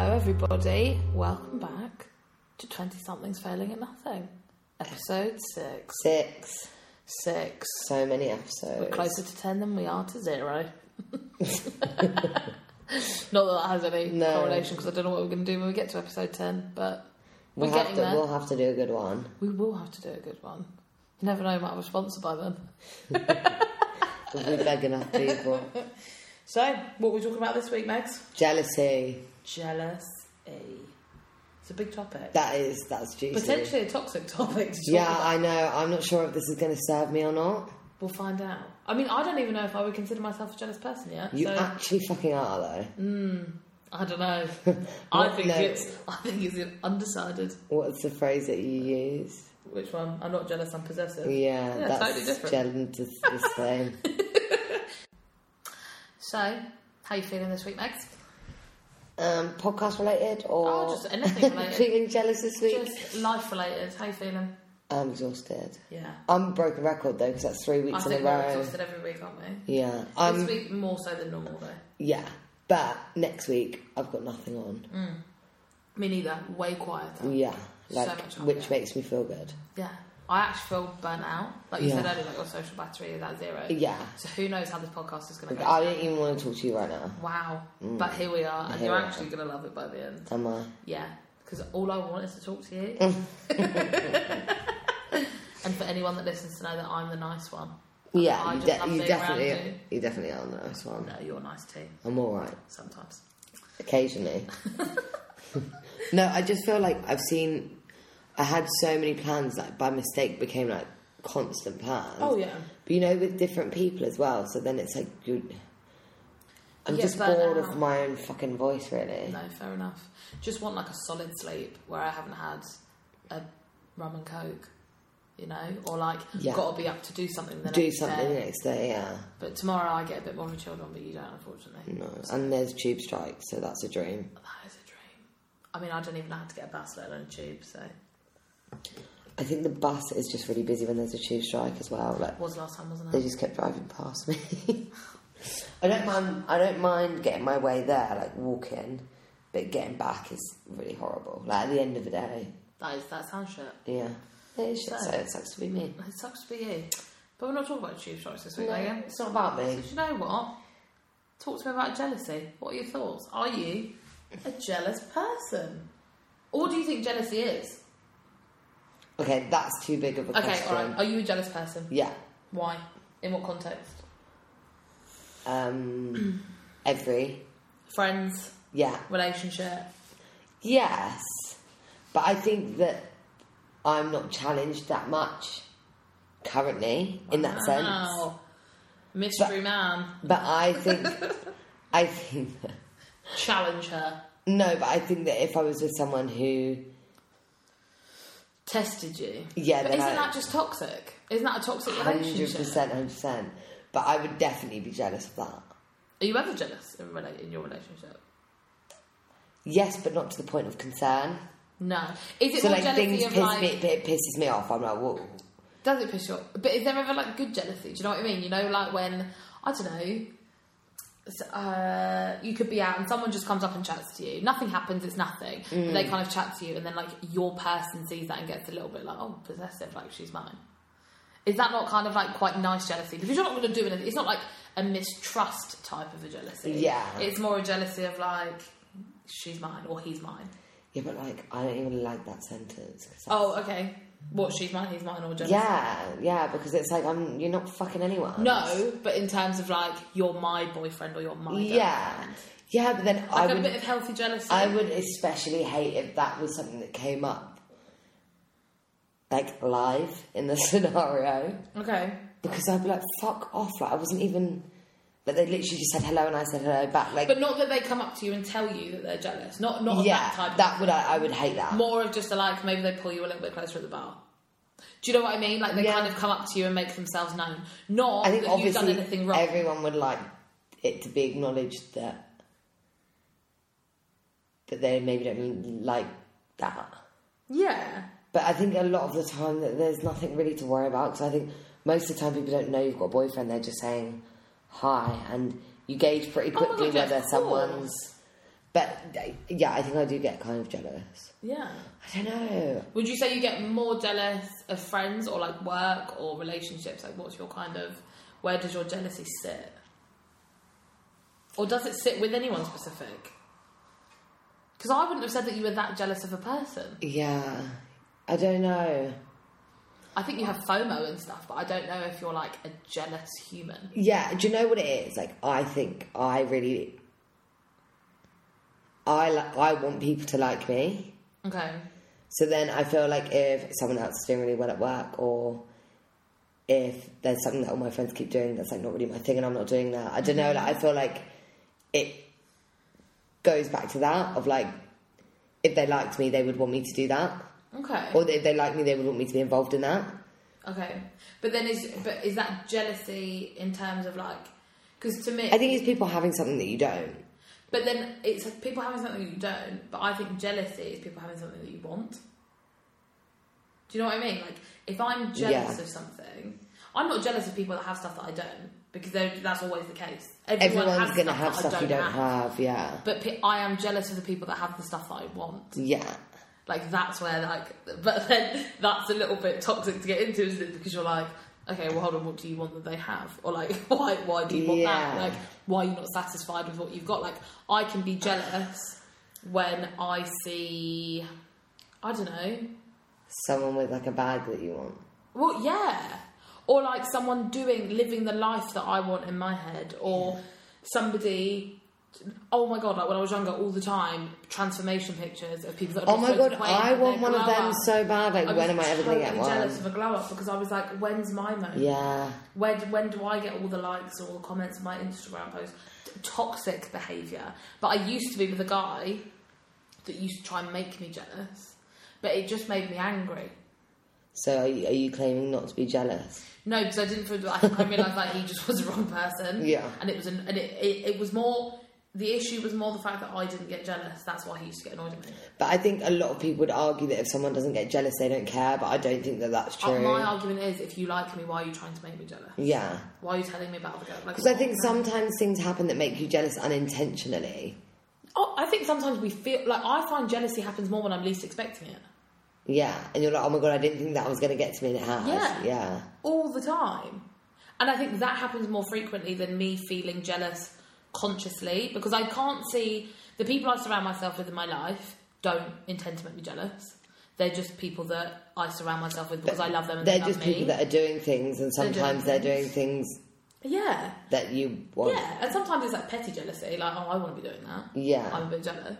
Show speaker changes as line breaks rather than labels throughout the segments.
everybody. Welcome back to 20 Somethings Failing at Nothing, episode six.
Six.
Six.
So many episodes.
We're closer to 10 than we are to zero. Not that that has any
No.
correlation because I don't know what we're going to do when we get to episode 10, but we're
We'll have
getting
to.
there.
We'll have to do a good one.
We will have to do a good one. You never know, we might have a sponsor by then.
We're begging enough people.
So, what are we talking about this week, Megs?
Jealousy.
Jealousy. It's a big topic.
That is. That's juicy.
Potentially a toxic topic to talk
Yeah,
about.
I know. I'm not sure if this is going to serve me or not.
We'll find out. I mean, I don't even know if I would consider myself a jealous person yet.
You
so
actually fucking are though.
I don't know. I think
No.
it's I think it's undecided.
What's the phrase that you use?
Which one? I'm not jealous. I'm possessive.
Yeah,
Yeah,
that's
totally different.
Jealous the same.
So, how you feeling this week, Megs?
um, podcast related or
Oh, just anything related.
feeling jealous this week?
just life related. How you feeling?
I'm exhausted.
Yeah.
I'm a broken record though because that's three
I
weeks in
think
a
we're
row. Um,
exhausted every week, aren't we?
Yeah, I'm
this week more so than normal though.
Yeah, but next week I've got nothing on.
Mm. Me neither. Way quieter.
Yeah, like
much on,
which
yeah.
makes me feel good.
Yeah. I actually feel burnt out. Like you
Yeah.
said earlier, like your social battery is at zero.
Yeah,
So who knows how this podcast is going to
like,
go?
I don't even want to talk to you right now. Mm.
Wow. But here we are, and
Here
you're
we are.
actually going to love it by the end.
Am I?
Yeah. Because all I want is to talk to you. and for anyone that listens to know that I'm the nice one.
Yeah,
I
you,
just
de-
love
you
being
definitely,
around you.
you definitely are the nice one.
No, you're nice too,
I'm all right
sometimes.
occasionally. no, I just feel like I've seen. I had so many plans that by mistake became like constant plans.
Oh, yeah.
But you know, with different people as well. So then it's like you. I'm
You get
just
burnt
bored
out.
of my own fucking voice, really.
No, fair enough. Just want like a solid sleep where I haven't had a rum and coke, you know? Or like,
Yeah.
got to be up to do something the
Do
next
something the
day.
next day, yeah.
But tomorrow I get a bit more of a chilled one, but you don't, unfortunately.
No, and there's tube strikes, so that's a dream.
That is a dream. I mean, I don't even know how to get a bus, let alone a tube, so.
I think the bus is just really busy when there's a tube strike as well. Like
Was last time, wasn't
they
it?
just kept driving past me. I don't mind. I don't mind getting my way there, like walking, but getting back is really horrible. Like at the end of the day,
That is, that sounds shit.
yeah, it's shit.
So-
So it sucks to be me.
It sucks to be you. But we're not talking about tube strikes this week,
No,
are you?
it's not about
So
me.
do you know what? Talk to me about jealousy. What are your thoughts? Are you a jealous person? Or do you think jealousy is?
Okay, that's too big of a
Okay,
question.
alright. Are you a jealous person?
Yeah.
Why? In what context?
Um. every.
Friends,
Yeah.
relationship.
Yes, but I think that I'm not challenged that much currently in that sense.
Wow. Mystery man.
But I think, I think,
Challenge her.
no, but I think that if I was with someone who,
Tested you.
Yeah,
But
then
isn't
I-
that just toxic? Isn't that a toxic
hundred
relationship?
percent, hundred percent, but I would definitely be jealous of that.
Are you ever jealous in, rela- in your relationship?
Yes, but not to the point of concern.
No. Is it
So
more
like
jealousy
things
of
piss
like?
me, it pisses me off. I'm like, whoa.
Does it piss you off? But is there ever like good jealousy? Do you know what I mean? You know, like when I don't know, s- uh, you could be out and someone just comes up and chats to you. Nothing happens. It's nothing. But
Mm.
they kind of chat to you, and then like your person sees that and gets a little bit like, oh, possessive. Like she's mine. Is that not kind of like quite nice jealousy? Because you're not going to do anything. It's not like a mistrust type of a jealousy.
Yeah.
It's more a jealousy of like she's mine or he's mine.
Yeah, but like, I don't even like that sentence. 'cause I-
Oh, okay. What she's mine, he's mine, or jealousy.
Yeah, yeah, because it's like I'm. You're not fucking anyone.
No, but in terms of like you're my boyfriend or you're my girlfriend.
Yeah, yeah, but then
like
I
a
would,
bit of healthy jealousy.
I would especially hate if that was something that came up, like live in the scenario,
okay,
because I'd be like, "Fuck off!" Like I wasn't even, but they literally just said hello and I said hello back. Like,
but not that they come up to you and tell you that they're jealous. Not not of
yeah,
that type. of-
would I, I would hate that.
more of just a like maybe they pull you a little bit closer at the bar. Do you know what I mean? Like they
Yeah.
kind of come up to you and make themselves known. Not
I think
that you've done
obviously
anything wrong.
everyone would like it to be acknowledged that that they maybe don't like that.
yeah,
But I think a lot of the time that there's nothing really to worry about because I think most of the time people don't know you've got a boyfriend. They're just saying hi, and you gauge pretty
Oh my
quickly
God, yeah,
whether
of course.
someone's. But yeah, I think I do get kind of jealous.
Yeah.
I don't know.
Would you say you get more jealous of friends or like work or relationships? Like, what's your kind of where does your jealousy sit? Or does it sit with anyone specific? Because I wouldn't have said that you were that jealous of a person.
Yeah, I don't know.
I think you have FOMO and stuff, but I don't know if you're like a jealous human.
Yeah, do you know what it is? Like, I think I really, I like, I want people to like me.
Okay.
So then I feel like if someone else is doing really well at work, or if there's something that all my friends keep doing that's like not really my thing, and I'm not doing that, I don't know. Like, I feel like it goes back to that of like, if they liked me, they would want me to do that,
Okay.
or if they liked me, they would want me to be involved in that.
Okay. But then is but is that jealousy in terms of like? Because to me,
I think it's people having something that you don't.
But then it's like people having something you don't. But I think jealousy is people having something that you want. Do you know what I mean? Like if I'm jealous
Yeah.
of something, I'm not jealous of people that have stuff that I don't because they're- that's always the case.
Everyone's
has
going to
that
have
I
stuff you don't have. Yeah.
But pe- I am jealous of the people that have the stuff that I want.
Yeah.
Like that's where like, but then that's a little bit toxic to get into, isn't it? Because you're like, okay, well, hold on, what do you want that they have, or like, why why do you want that?
Yeah.
Like, why are you not satisfied with what you've got? Like, I can be jealous when I see, I don't know,
Someone with like a bag that you want.
well, yeah. Or like someone doing, living the life that I want in my head, or somebody. Oh my god! Like when I was younger, all the time transformation pictures of people that.
Oh my god, I want one of them
So
so bad. Like,
I was
when am I ever going
totally
to get one?
jealous of a glow up because I was like, when's my moment?
Yeah.
When when do I get all the likes or comments on my Instagram post? T- Toxic behaviour. But I used to be with a guy that used to try and make me jealous, but it just made me angry.
So are you, are you claiming not to be jealous?
No, because I didn't feel. I, I realised like he just was the wrong person.
Yeah.
and it was an, and it, it, it was more. The issue was more the fact that I didn't get jealous. That's why he used to get annoyed at me.
But I think a lot of people would argue that if someone doesn't get jealous, they don't care. But I don't think that that's
Uh,
true.
my argument is, if you like me, why are you trying to make me jealous?
yeah.
Why are you telling me about the girl? Like,
Because I
what?
think sometimes things happen that make you jealous unintentionally.
Oh, I think sometimes we feel like I find jealousy happens more when I'm least expecting it.
Yeah. And you're like, oh my god, I didn't think that was going to get to me, and it has.
Yeah.
Yeah.
all the time. And I think that happens more frequently than me feeling jealous consciously because I can't see the people I surround myself with in my life don't intend to make me jealous. They're just people that I surround myself with because I love them and they
They're
love
just
me.
people that are doing things, and
doing
sometimes they're doing things
yeah,
that you want.
yeah. And sometimes it's like petty jealousy, like oh, I want to be doing that.
Yeah.
I'm a bit jealous.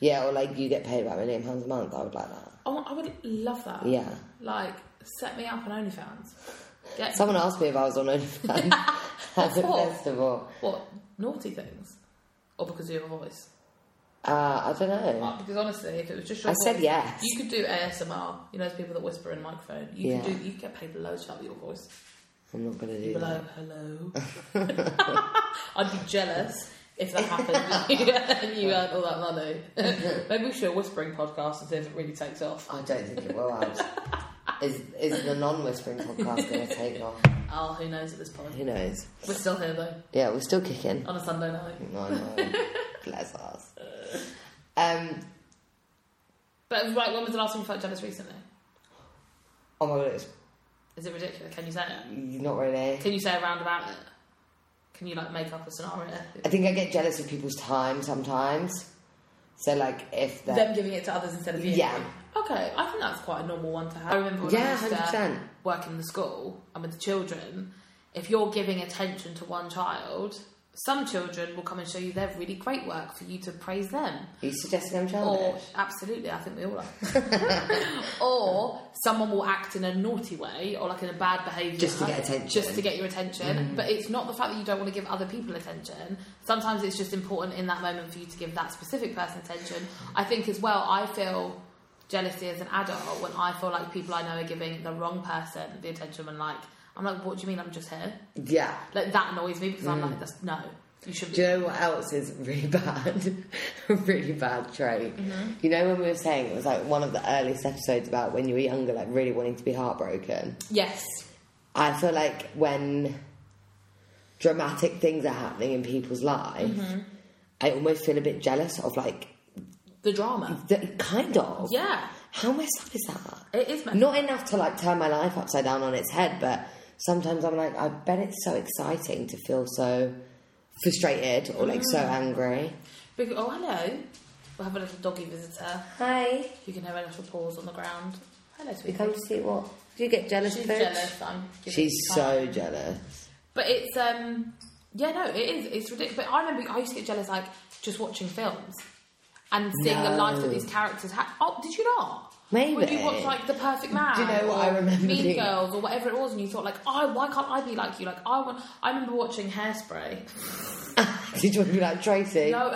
Yeah, or like you get paid about a million pounds a month. I would like that.
I, want, I would love that.
Yeah.
Like set me up on OnlyFans. Get
Someone asked me if I was on OnlyFans at the
for?
festival.
what naughty things, or because of your voice.
Uh, I don't know.
Uh, Because honestly, if it was just your
I said
voice,
yes.
You could do ASMR. You know, those people that whisper in the microphone. You
Yeah.
could do. You could get paid loads for that with your voice.
I'm not gonna do
You'd be
that.
like, hello. I'd be jealous if that happened and you earned all that money. Maybe we should do a whispering podcast and see if it really takes off.
I don't think it will. Abs. is is the non-whispering podcast gonna take off?
Oh, who knows at this point?
Who knows?
We're still here though
Yeah, we're still kicking.
on a Sunday night.
No, no. Bless us. Um.
But right, when was the last time you felt jealous recently?
Oh my god, it's
Is it ridiculous? Can you say it?
not really.
Can you say around about it? Can you like make up a scenario?
I think I get jealous of people's time sometimes. So like if they're
them giving it to others instead of you.
Yeah.
Okay, I think that's quite a normal one to have. I remember when
Yeah,
I used to
100%.
work in the school and with the children, if you're giving attention to one child, some children will come and show you their really great work for you to praise them.
Are you suggesting I'm
Or
childish?
absolutely, I think we all are. or someone will act in a naughty way or like in a bad behaviour
Just to get attention. Mm.
Just to get your attention. But it's not the fact that you don't want to give other people attention. Sometimes it's just important in that moment for you to give that specific person attention. I think as well, I feel jealousy as an adult when I feel like people I know are giving the wrong person the attention when like I'm like, what do you mean I'm just here?
Yeah.
Like that annoys me because I'm
Mm.
like, that's no. You should be
Do you know what else is really bad? A really bad trait. You know when we were saying it was like one of the earliest episodes about when you were younger, like really wanting to be heartbroken.
Yes.
I feel like when dramatic things are happening in people's life I almost feel a bit jealous of like
The drama.
the, kind of
Yeah,
how messed up is that?
it is. Messy.
Not enough to like turn my life upside down on its head, but sometimes I'm like, I bet it's so exciting to feel so frustrated or like so angry.
Because, oh, hello. We'll have a little doggy visitor.
Hi,
You can hear her little paws on the ground. Hello,
you
sweetie.
come to see what? Do you get jealous?
She's
Paige?
jealous. that I'm giving
She's
her time.
so jealous.
But it's um yeah no it is it's ridiculous. But I remember I used to get jealous like just watching films and seeing the
No.
life that these characters had. Oh, did you not?
Maybe.
When you watch like The Perfect Man,
Do you know what I
or
remember
Mean
being-
Girls or whatever it was, and you thought like, oh, why can't I be like you? Like I want. I remember watching Hairspray.
Did you want to be like Tracy?
No,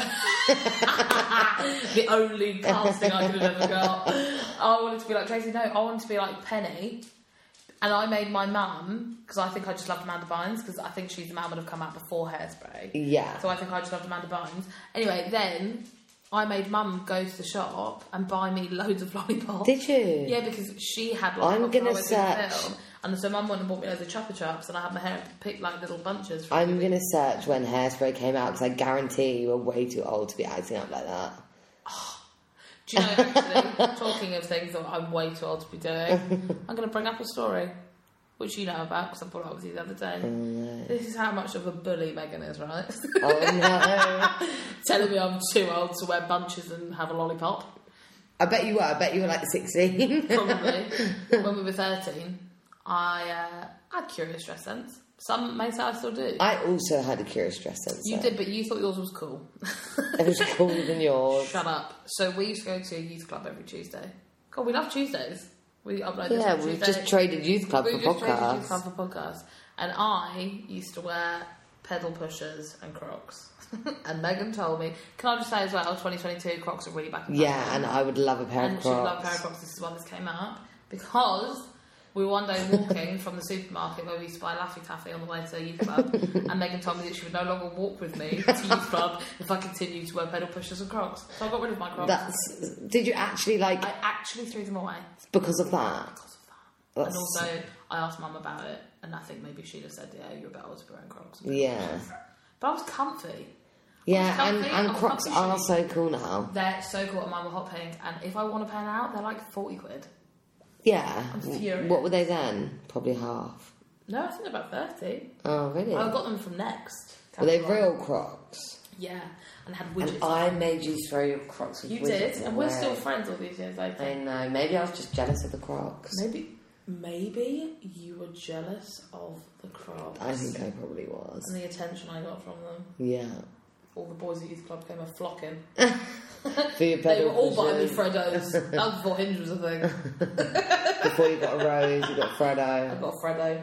the only casting I could have ever got. I wanted to be like Tracy. No, I wanted to be like Penny. And I made my mum because I think I just loved Amanda Bynes because I think she's the man would have come out before Hairspray.
Yeah.
So I think I just loved Amanda Bynes. Anyway, then I made mum go to the shop and buy me loads of lollipops.
Did you?
Yeah, because she had lollipops.
I'm gonna
when I went to the
search-
film. And so mum went and bought me loads of chopper chops, and I had my hair picked like little bunches. From
I'm gonna search when Hairspray came out because I guarantee you were way too old to be acting up like that.
Do you know, actually, talking of things that I'm way too old to be doing, I'm going to bring up a story, which you know about because I brought it up with you the other day. This is how much of a bully Megan is, right?
Oh no!
Telling me I'm too old to wear bunches and have a lollipop.
I bet you were. I bet you were like 16.
Probably. when we were 13, I uh, had curious dress sense. Some may say I still do.
I also had a curious dress sense.
you did, but you thought yours was cool.
It was cooler than yours.
Shut up. So we used to go to a youth club every Tuesday. God, we love Tuesdays. We upload this
Yeah,
on
we've
Tuesday.
just traded youth club
We
for
just traded
podcasts.
youth club for podcasts. And I used to wear pedal pushers and Crocs. and Megan told me, can I just say as well, 2022 Crocs are really back in fashion.
Yeah, and I would love a pair
And
of
she would love a
Crocs.
pair of Crocs. This is why this came up because we were one day walking from the supermarket where we used to buy Laffy Taffy on the way to the youth club, and Megan told me that she would no longer walk with me to youth club if I continued to wear pedal pushers and Crocs. So I got rid of my Crocs.
That's. Did you actually like
I actually threw them away
because of that?
because of that.
That's,
And also, I asked Mum about it, and I think maybe she'd have said, "Yeah, you're a bit old to be wearing Crocs."
yeah,
But I was comfy.
yeah,
comfy,
and and
I'm
Crocs
comfy
are
shoes.
so cool now.
They're so cool at Mum were Hot Pink, and if I want a pair now, they're like forty quid.
Yeah.
I'm furious.
What were they then? Probably half.
No, I think they're about thirty.
Oh really?
I got them from Next.
Were they real Crocs?
Yeah, and had
And
widgets.
I made you throw your Crocs. With
you
widgets
did, and we're
away.
still friends all these years later.
I know. Maybe I was just jealous of the Crocs.
Maybe, maybe you were jealous of the Crocs
I think I probably was.
and the attention I got from them.
Yeah.
All the boys at youth club came a flocking.
For your
They were all buying me
pedophiles,
Freddos. That was before Hinge was a thing.
Before you got a rose, you got Fredo.
I've got a Freddo.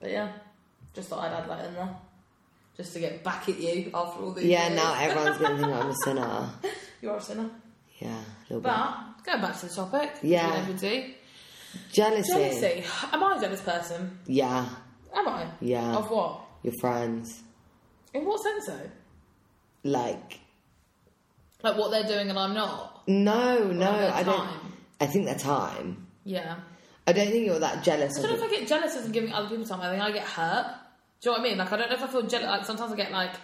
But yeah, just thought I'd add that in there. Just to get back at you after all these
Yeah,
years.
now everyone's gonna think I'm a sinner.
You're a sinner.
Yeah, a little
But going back to the topic,
Yeah.
you never do.
bit. Jealousy.
Jealousy. Am I a jealous person?
Yeah,
Am I?
yeah.
Of what?
Your friends,
In what sense though?
like,
Like what they're doing and I'm not.
no, no,
their
I don't.
time.
I think they're time.
Yeah.
I don't think you're that jealous.
I
Of
don't know
it.
if I get jealous of giving other people time. I think I get hurt. Do you know what I mean? Like I don't know if I feel jealous. Like sometimes I get like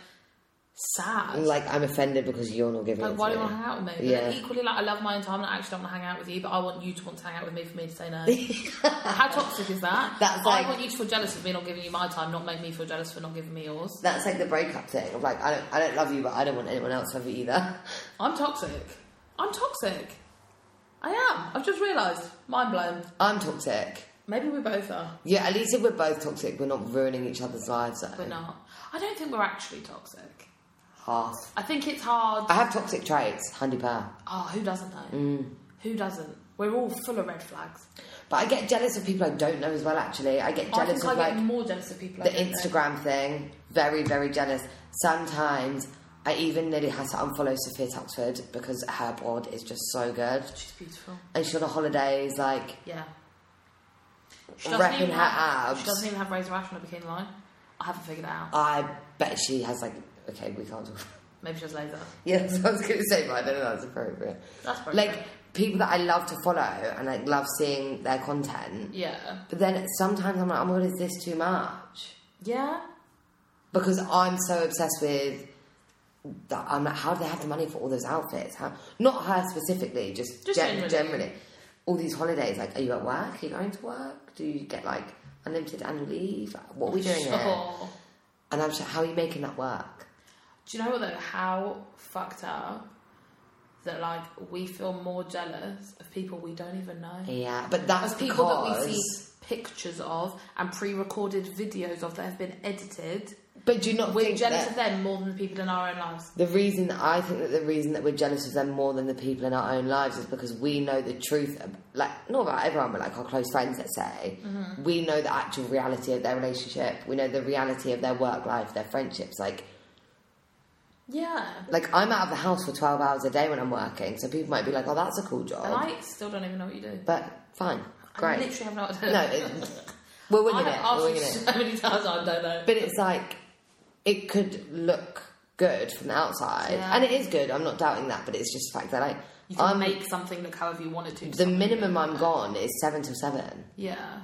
sad.
Like I'm offended because you're not giving.
Like,
it
why do
to
you want to
me.
hang out with me? But
Yeah.
then equally, like, I love my own time and I actually don't want to hang out with you, but I want you to want to hang out with me for me to say no. How toxic is that?
That's
I
like-
want you to feel jealous of me not giving you my time, not make me feel jealous for not giving me yours.
That's like the breakup thing. Of like, I don't, I don't love you, but I don't want anyone else to love you either.
I'm toxic. I'm toxic. I am. I've just realised. Mind blown.
I'm toxic.
Maybe we both are,
Yeah, at least if we're both toxic, we're not ruining each other's lives. Though.
but not. I don't think we're actually toxic.
Half.
I think it's hard.
I have toxic traits, handy pair.
Oh, who doesn't though?
Mm.
Who doesn't? We're all full of red flags.
But I get jealous of people I don't know as well. Actually, I get jealous
Oh, I think
of
I
like
get more jealous of people. I
the
don't know.
Instagram thing. Very, very jealous. Sometimes I even nearly had to unfollow Sophia Tuxford because her bod is just so good.
She's beautiful.
And she's on the holidays, like
Yeah.
Repping her
have,
abs.
She doesn't even have razor rash on her bikini line. I haven't figured it out.
I bet she has like. Okay, we can't talk.
Maybe she has laser.
yeah, that's what I was going to say, but I don't know if that's appropriate.
That's probably
Like people that I love to follow and like love seeing their content.
yeah,
But then sometimes I'm like, oh my god, is this too much?
yeah.
because I'm so obsessed with that I'm like, how do they have the money for all those outfits? How not her specifically, just,
Just
gen-
generally.
generally. All these holidays, like, are you at work? Are you going to work? Do you get like unlimited annual leave? What are we doing here?
Sure.
And I'm just like, how are you making that work?
Do you know what though? How fucked up that like we feel more jealous of people we don't even know.
Yeah, but that's
As people
because.
that we see pictures of and pre-recorded videos of that have been edited.
but do you not
We're
think
jealous
that
of them more than the people in our own lives.
the reason that I think that the reason that we're jealous of them more than the people in our own lives is because we know the truth, ab- like not about everyone, but like our close friends, let's say,
Mm-hmm.
we know the actual reality of their relationship. We know the reality of their work life, their friendships. Like,
Yeah.
like I'm out of the house for twelve hours a day when I'm working, so people might be like, "Oh, that's a cool job,"
And I still don't even know what you do.
but fine,
I
great.
literally have no idea.
No, it, we're
I
winging it.
have asked you
We're winging it.
so many times, I don't know.
But it's like it could look good from the outside,
Yeah.
and it is good. I'm not doubting that, but it's just the fact that like
You can
I'm
make something look however you want it to.
the minimum I'm gone is seven till seven
yeah.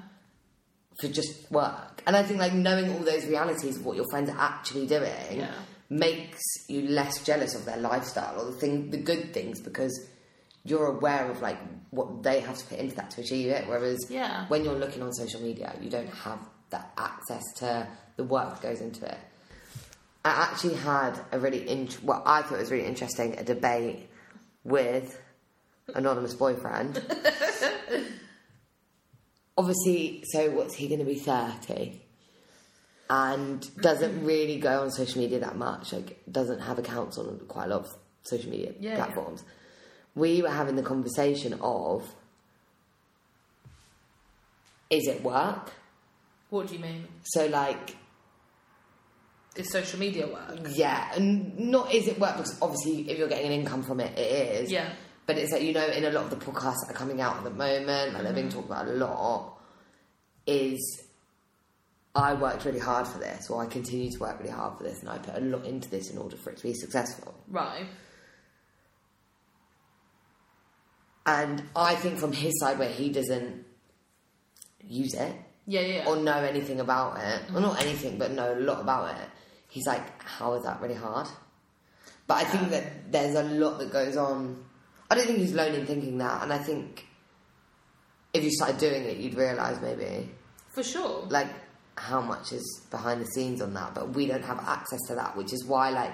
for just work, and I think like knowing all those realities of what your friends are actually doing
Yeah.
makes you less jealous of their lifestyle or the thing, the good things because. You're aware of like what they have to put into that to achieve it, whereas
Yeah.
when you're looking on social media, you don't have that access to the work that goes into it. I actually had a really int- well, I thought it was really interesting a debate with anonymous boyfriend. Obviously, so what's he going to be thirty? And doesn't really go on social media that much. Like doesn't have accounts on quite a lot of social media
Yeah, yeah.
platforms. We were having the conversation of is it work?
What do you mean?
So like
Is social media work?
yeah, and not is it work because obviously if you're getting an income from it, it is.
Yeah.
But it's like you know, in a lot of the podcasts that are coming out at the moment, like they're being talked about a lot, is I worked really hard for this, or I continue to work really hard for this, and I put a lot into this in order for it to be successful.
Right.
And I think from his side, where he doesn't use it,
Yeah, yeah. yeah.
or know anything about it, or not anything, but know a lot about it, he's like, how is that really hard? But I think that there's a lot that goes on. I don't think he's alone in thinking that, and I think if you started doing it, you'd realise maybe
For sure.
like how much is behind the scenes on that, but we don't have access to that, which is why like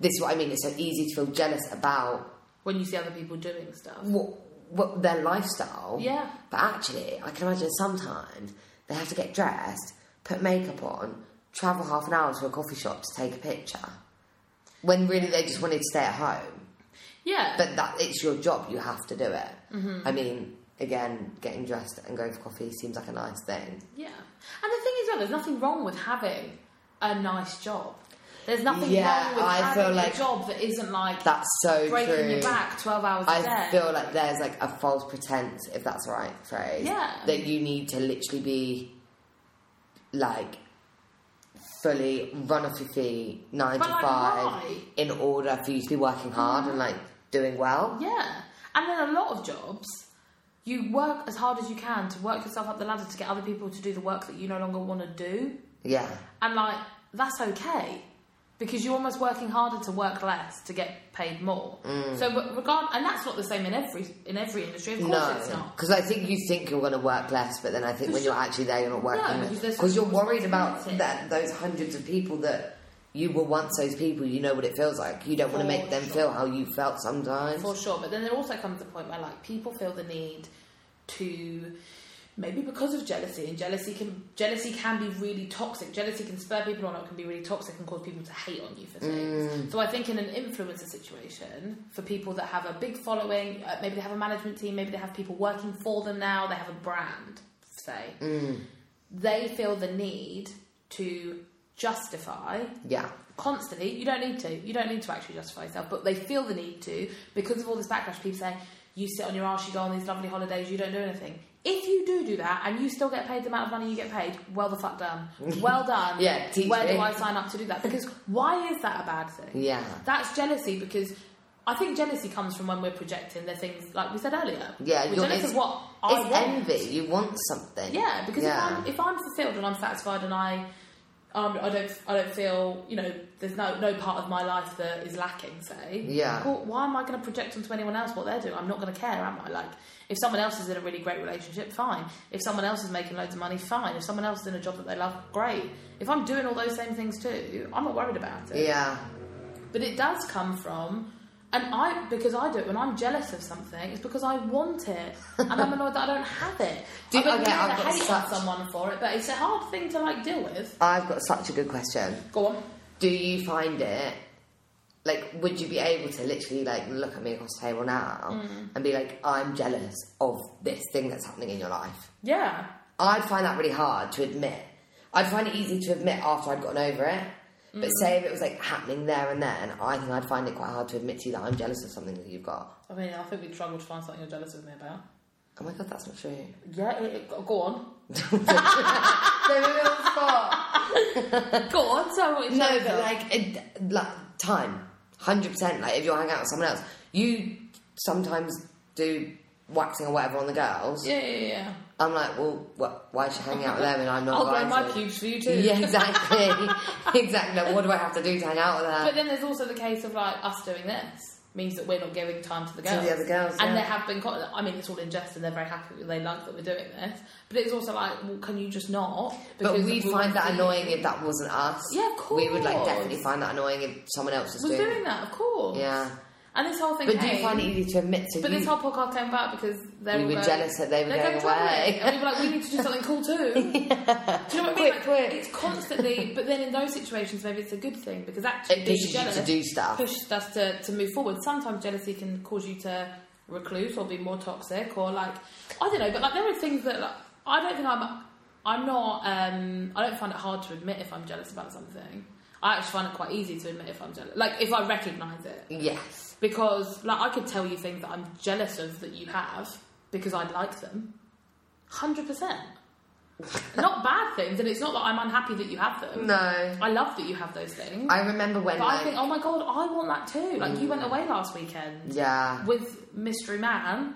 this is what I mean. It's so easy to feel jealous about
When you see other people doing stuff.
what, what their lifestyle.
Yeah.
But actually, I can imagine sometimes they have to get dressed, put makeup on, travel half an hour to a coffee shop to take a picture, when really they just wanted to stay at home.
Yeah.
But that it's your job; you have to do it.
Mm-hmm.
I mean, again, getting dressed and going for coffee seems like a nice thing.
yeah. And the thing is, well, there's nothing wrong with having a nice job. There's nothing
Yeah,
wrong with
I
having
feel like
a job that isn't like
That's so
breaking
true.
your back 12 hours a day.
I feel like there's like a false pretense, if that's the right phrase.
Yeah.
That you need to literally be like fully run off your feet, nine
But,
to
like,
five,
why?
in order for you to be working hard and like doing well.
Yeah. And then a lot of jobs, you work as hard as you can to work yourself up the ladder to get other people to do the work that you no longer want to do.
Yeah.
And like, that's okay. Because you're almost working harder to work less to get paid more. So, but regard, and that's not the same in every in every industry. Of course, it's
No,
not.
because I think you think you're going to work less, but then I think when you're actually there, you're not working.
because there's
Because you're
social
worried about
responsibility.
that those hundreds of people that you were once those people. You know what it feels like. You don't want to
For
make them
sure.
feel how you felt sometimes.
For sure, but then there also comes the point where like people feel the need to maybe because of jealousy and jealousy can jealousy can be really toxic. Jealousy can spur people on or it can be really toxic and cause people to hate on you for things. So I think in an influencer situation for people that have a big following, uh, maybe they have a management team, maybe they have people working for them now, they have a brand, say. They feel the need to justify
Yeah.
constantly. You don't need to. You don't need to actually justify yourself, but they feel the need to because of all this backlash. People say you sit on your ass, you go on these lovely holidays, you don't do anything. If you do do that and you still get paid the amount of money you get paid, well the fuck done. Well done.
Yeah, teach
Where
me.
do I sign up to do that? Because why is that a bad thing?
Yeah.
That's jealousy because. I think jealousy comes from when we're projecting the things like we said earlier.
Yeah,
we're
you're-
jealous
it's-
of what I
It's
want.
envy. You want something.
Yeah, because
Yeah.
If, I'm, if I'm fulfilled and I'm satisfied and I um, I don't I don't feel you know there's no no part of my life that is lacking. Say
Yeah.
Well, why am I going to project onto anyone else what they're doing? I'm not going to care, am I? Like if someone else is in a really great relationship, fine. If someone else is making loads of money, fine. If someone else is in a job that they love, great. If I'm doing all those same things too, I'm not worried about it
Yeah.
but it does come from and I because I do it when I'm jealous of something, it's because I want it. And I'm annoyed that I don't have it.
Do-
I wouldn't
okay,
care
I've
to
got
hate
such-
someone for it, but it's a hard thing to like deal with.
I've got such a good question.
Go on.
Do you find it like would you be able to literally like look at me across the table now
Mm.
and be like, I'm jealous of this thing that's happening in your life?
Yeah.
I'd find that really hard to admit. I'd find it easy to admit after I'd gotten over it.
Mm.
But say if it was like happening there and then, I think I'd find it quite hard to admit to you that I'm jealous of something that you've got.
I mean, I think we'd struggle to find something you're jealous of me about.
Oh my god, that's not true.
Yeah, it, it- go- go on.
No, no, no, it's not.
Go on, so what you
No,
jealous
but
of.
like, it, like time, hundred percent. Like if you're hanging out with someone else, you sometimes do waxing or whatever on the girls.
Yeah, yeah, yeah.
I'm like, well, wh- why is she hanging out with them and I'm not?
I'll grow
going
my
to?
pubes for you too.
Yeah, exactly, exactly. Like, what do I have to do to hang out with her?
But then there's also the case of like us doing this means that we're not giving time to the
To
girls.
the other girls,
and
yeah.
there have been. co- I mean, it's all in jest, and they're very happy. They like that we're doing this, but it's also like, well, can you just not?
But
Because
we'd
we
find
won't
that
see
annoying
you.
if that wasn't us.
Yeah, of
We would like
course.
definitely find that annoying if someone else was,
We're
doing.
doing that, of course.
Yeah,
And this whole thing.
but do you
came-
find it easy to admit to?
But
you?
this whole podcast came about because they
We
all
were
going-
jealous that they were
They're
going
travelling.
away.
and we were like, we need to do something cool too. Do you know what I mean?
Quick,
Like,
quick.
It's constantly. But then in those situations, maybe it's a good thing because actually
it
being
pushes you
jealous
to do stuff.
pushed us to, to move forward. Sometimes jealousy can cause you to recluse or be more toxic or like I don't know, but like there are things that like I don't think I'm I'm not um I don't find it hard to admit if I'm jealous about something. I actually find it quite easy to admit if I'm jealous. Like if I recognise it.
Yes.
Because like I could tell you things that I'm jealous of that you have because I'd like them. Hundred percent. Not bad things, and it's not that I'm unhappy that you have them.
No.
I love that you have those things.
I remember when.
But
like,
I think, oh my god, I want that too. Like you went away last weekend
yeah.
with Mystery Man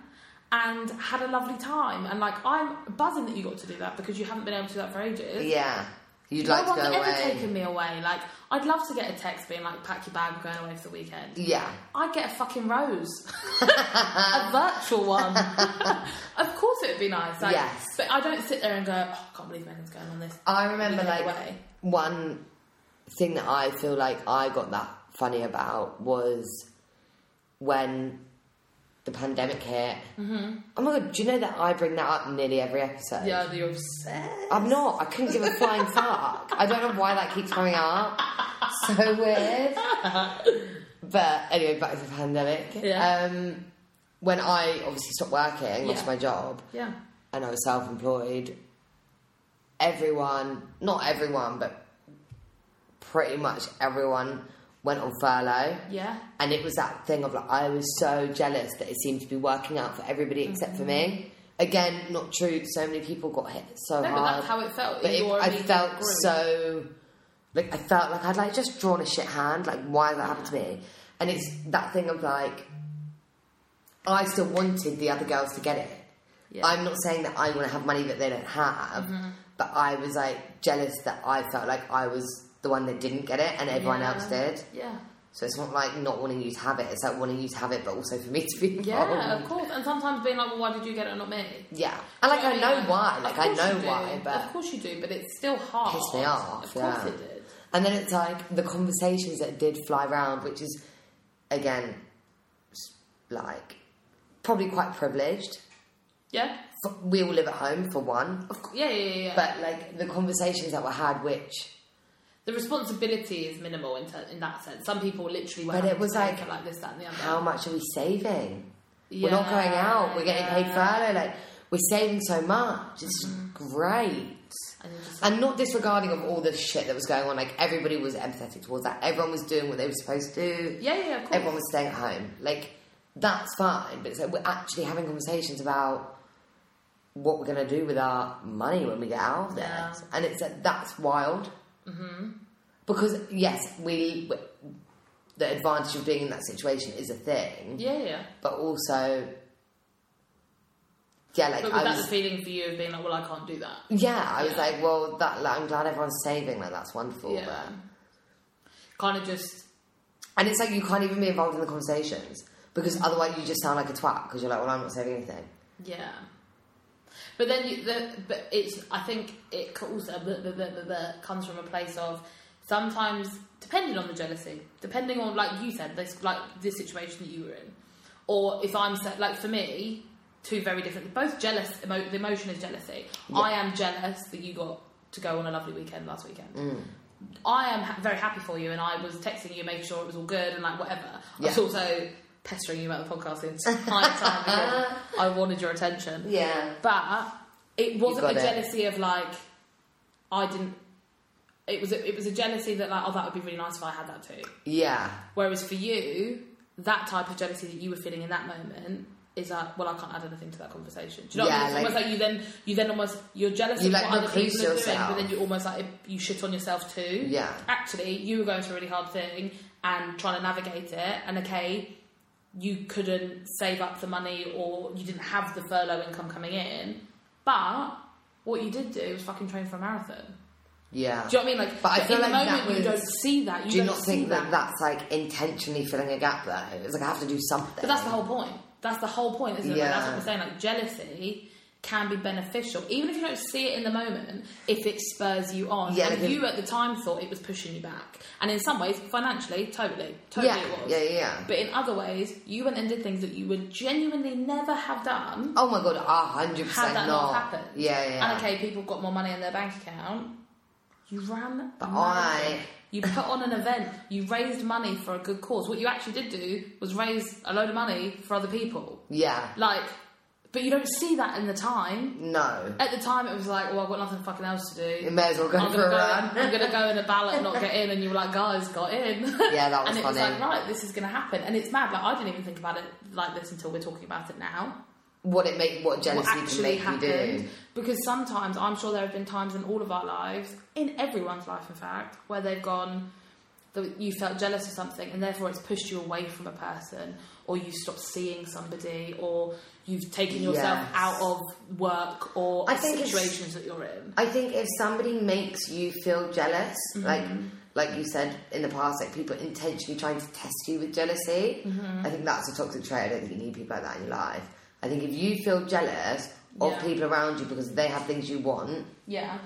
and had a lovely time, and like I'm buzzing that you got to do that because you haven't been able to do that for ages.
Yeah. You'd
No
like to
one's
go
ever
away.
taken me away. Like I'd love to get a text being like, "Pack your bag, we're going away for the weekend."
Yeah.
I'd get a fucking rose, a virtual one. of course, it would be nice. Like,
Yes.
but I don't sit there and go, oh, "I can't believe Megan's going on this."
I remember
weekend
like
away.
one thing that I feel like I got that funny about was when the pandemic hit. Mm-hmm. Oh my god! Do you know that I bring that up nearly every episode?
Yeah, you're obsessed.
I'm not. I couldn't give a flying fuck. I don't know why that keeps coming up. So weird. But anyway, back to the pandemic.
Yeah.
Um, when I obviously stopped working, lost
Yeah.
my job,
Yeah,
and I was self-employed, everyone, not everyone, but pretty much everyone went on furlough.
yeah.
And it was that thing of like, I was so jealous that it seemed to be working out for everybody except for me. Again, not true. So many people got hit
Mm-hmm.
so
No,
hard.
but that's how it felt.
But
in
it,
your
I
immediate
felt
group.
so like I felt like I'd like just drawn a shit hand. Like why that happened to me? And it's that thing of like I still wanted the other girls to get it.
Yeah. Mm-hmm.
I'm not saying that I want to have money that they don't have, but I was like jealous that I felt like I was the one that didn't get it and everyone
Yeah.
else did.
Yeah,
So it's not like not wanting you to have it. It's like wanting you to have it, but also for me to be
yeah,
involved.
of course. And sometimes being like, well, why did you get it and not me?
Yeah, and like
Do you
I
what
know
mean?
why.
Of
Like I
course you
know
do.
why, but
of course you do. But it's still hard.
Pissed me off,
Of course
yeah.
it did.
And then it's like the conversations that did fly round, which is, again, s- like probably quite privileged.
Yeah.
F- We all live at home for one,
Of cou- yeah, yeah, yeah. yeah.
but like the conversations that were had, which
the responsibility is minimal in, ter- in that sense. Some people literally. were
But
having
it was
to take
like,
it like this, that, and the other.
how much are we saving? We're not going out. We're getting paid furlough. Like we're saving so much. It's great.
And you're just like,
And not disregarding of all the shit that was going on. Like everybody was empathetic towards that. Everyone was doing what they were supposed to do.
yeah, yeah, of course.
everyone was staying at home. Like, that's fine, but it's like we're actually having conversations about what we're going to do with our money when we get out of this.
Yeah.
And it's like, that's wild. Mm-hmm. Because, yes, we, we- the advantage of being in that situation is a thing,
yeah, yeah.
but also yeah, like
But
I
was that the
was,
feeling for you of being like, well, I can't do that?
yeah, I was
Yeah.
like, well, that like, I'm glad everyone's saving, like that's wonderful.
Yeah.
But,
Kind of just
and it's like you can't even be involved in the conversations because otherwise you just sound like a twat because you're like, well, I'm not saving anything.
Yeah. But then, you, the, but it's. I think it co- also the, the, the, the, the comes from a place of sometimes, depending on the jealousy, depending on like you said, this like the situation that you were in, or if I'm sa- like for me, two very different. Both jealous. Emo, the emotion is jealousy.
Yeah.
I am jealous that you got to go on a lovely weekend last weekend.
Mm.
I am ha- very happy for you, and I was texting you, making sure it was all good, and like whatever. I was
Yeah.
also pestering you about the podcast the entire time because I wanted your attention.
Yeah.
But it wasn't
got
a
it.
jealousy of like I didn't. It was a, it was a jealousy that like oh that would be really nice if I had that too.
Yeah.
Whereas for you, that type of jealousy that you were feeling in that moment is like well I can't add anything to that conversation. Do you know
Yeah,
what I mean? It's
like-
almost like you then you then almost you're jealous
You,
of
like,
what other
recluse
people are doing, but
yourself.
then you almost like you shit on yourself too.
Yeah.
Actually, you were going through a really hard thing and trying to navigate it, and okay, you couldn't save up the money or you didn't have the furlough income coming in, but what you did do was fucking train for a marathon.
Yeah.
Do you know what I mean? Like,
But I
but
feel
in
like
the
that
moment, you
was-
don't see that. You
Do you
don't
not
see
think
that
that that's like intentionally filling a gap though? It's like I have to do something.
But that's the whole point. That's the whole point, isn't it? Like, that's what
Yeah.
I'm saying. Like jealousy can be beneficial, even if you don't see it in the moment. If it spurs you on,
Yeah,
and
like
you at the time thought it was pushing you back, and in some ways, financially, totally, totally,
yeah.
it was.
yeah, yeah, yeah.
But in other ways, you went and did things that you would genuinely never have done
Oh my god, a hundred
had
percent
that
not.
not happened.
Yeah, yeah.
And okay, people got more money in their bank account. You ran.
But
a marathon.
I-
You put on an event. You raised money for a good cause. What you actually did do was raise a load of money for other people.
Yeah.
Like, but you don't see that in the time.
No.
At the time, it was like, well, I've got nothing fucking else to
You
do.
may as well go
I'm
for uh,
gonna
a
go,
run.
I'm gonna go in a ballot and not get in, and you were like, guys, got in.
Yeah, that was
and it was like,
funny.
right, this is gonna happen, and it's mad. Like, I didn't even think about it like this until we're talking about it now
what it make what jealousy
what actually
can make you
happened.
do.
Because sometimes I'm sure there have been times in all of our lives, in everyone's life, in fact, where they've gone, that you felt jealous of something, and therefore it's pushed you away from a person, or you stopped seeing somebody, or you've taken yourself
Yes.
out of work or
I think it's-
situations that you're in.
I think if somebody makes you feel jealous,
Mm-hmm.
like like you said in the past, like people intentionally trying to test you with jealousy,
Mm-hmm.
I think that's a toxic trait. I don't think you need people like that in your life. I think if you feel jealous of
Yeah.
people around you because they have things you want,
Yeah,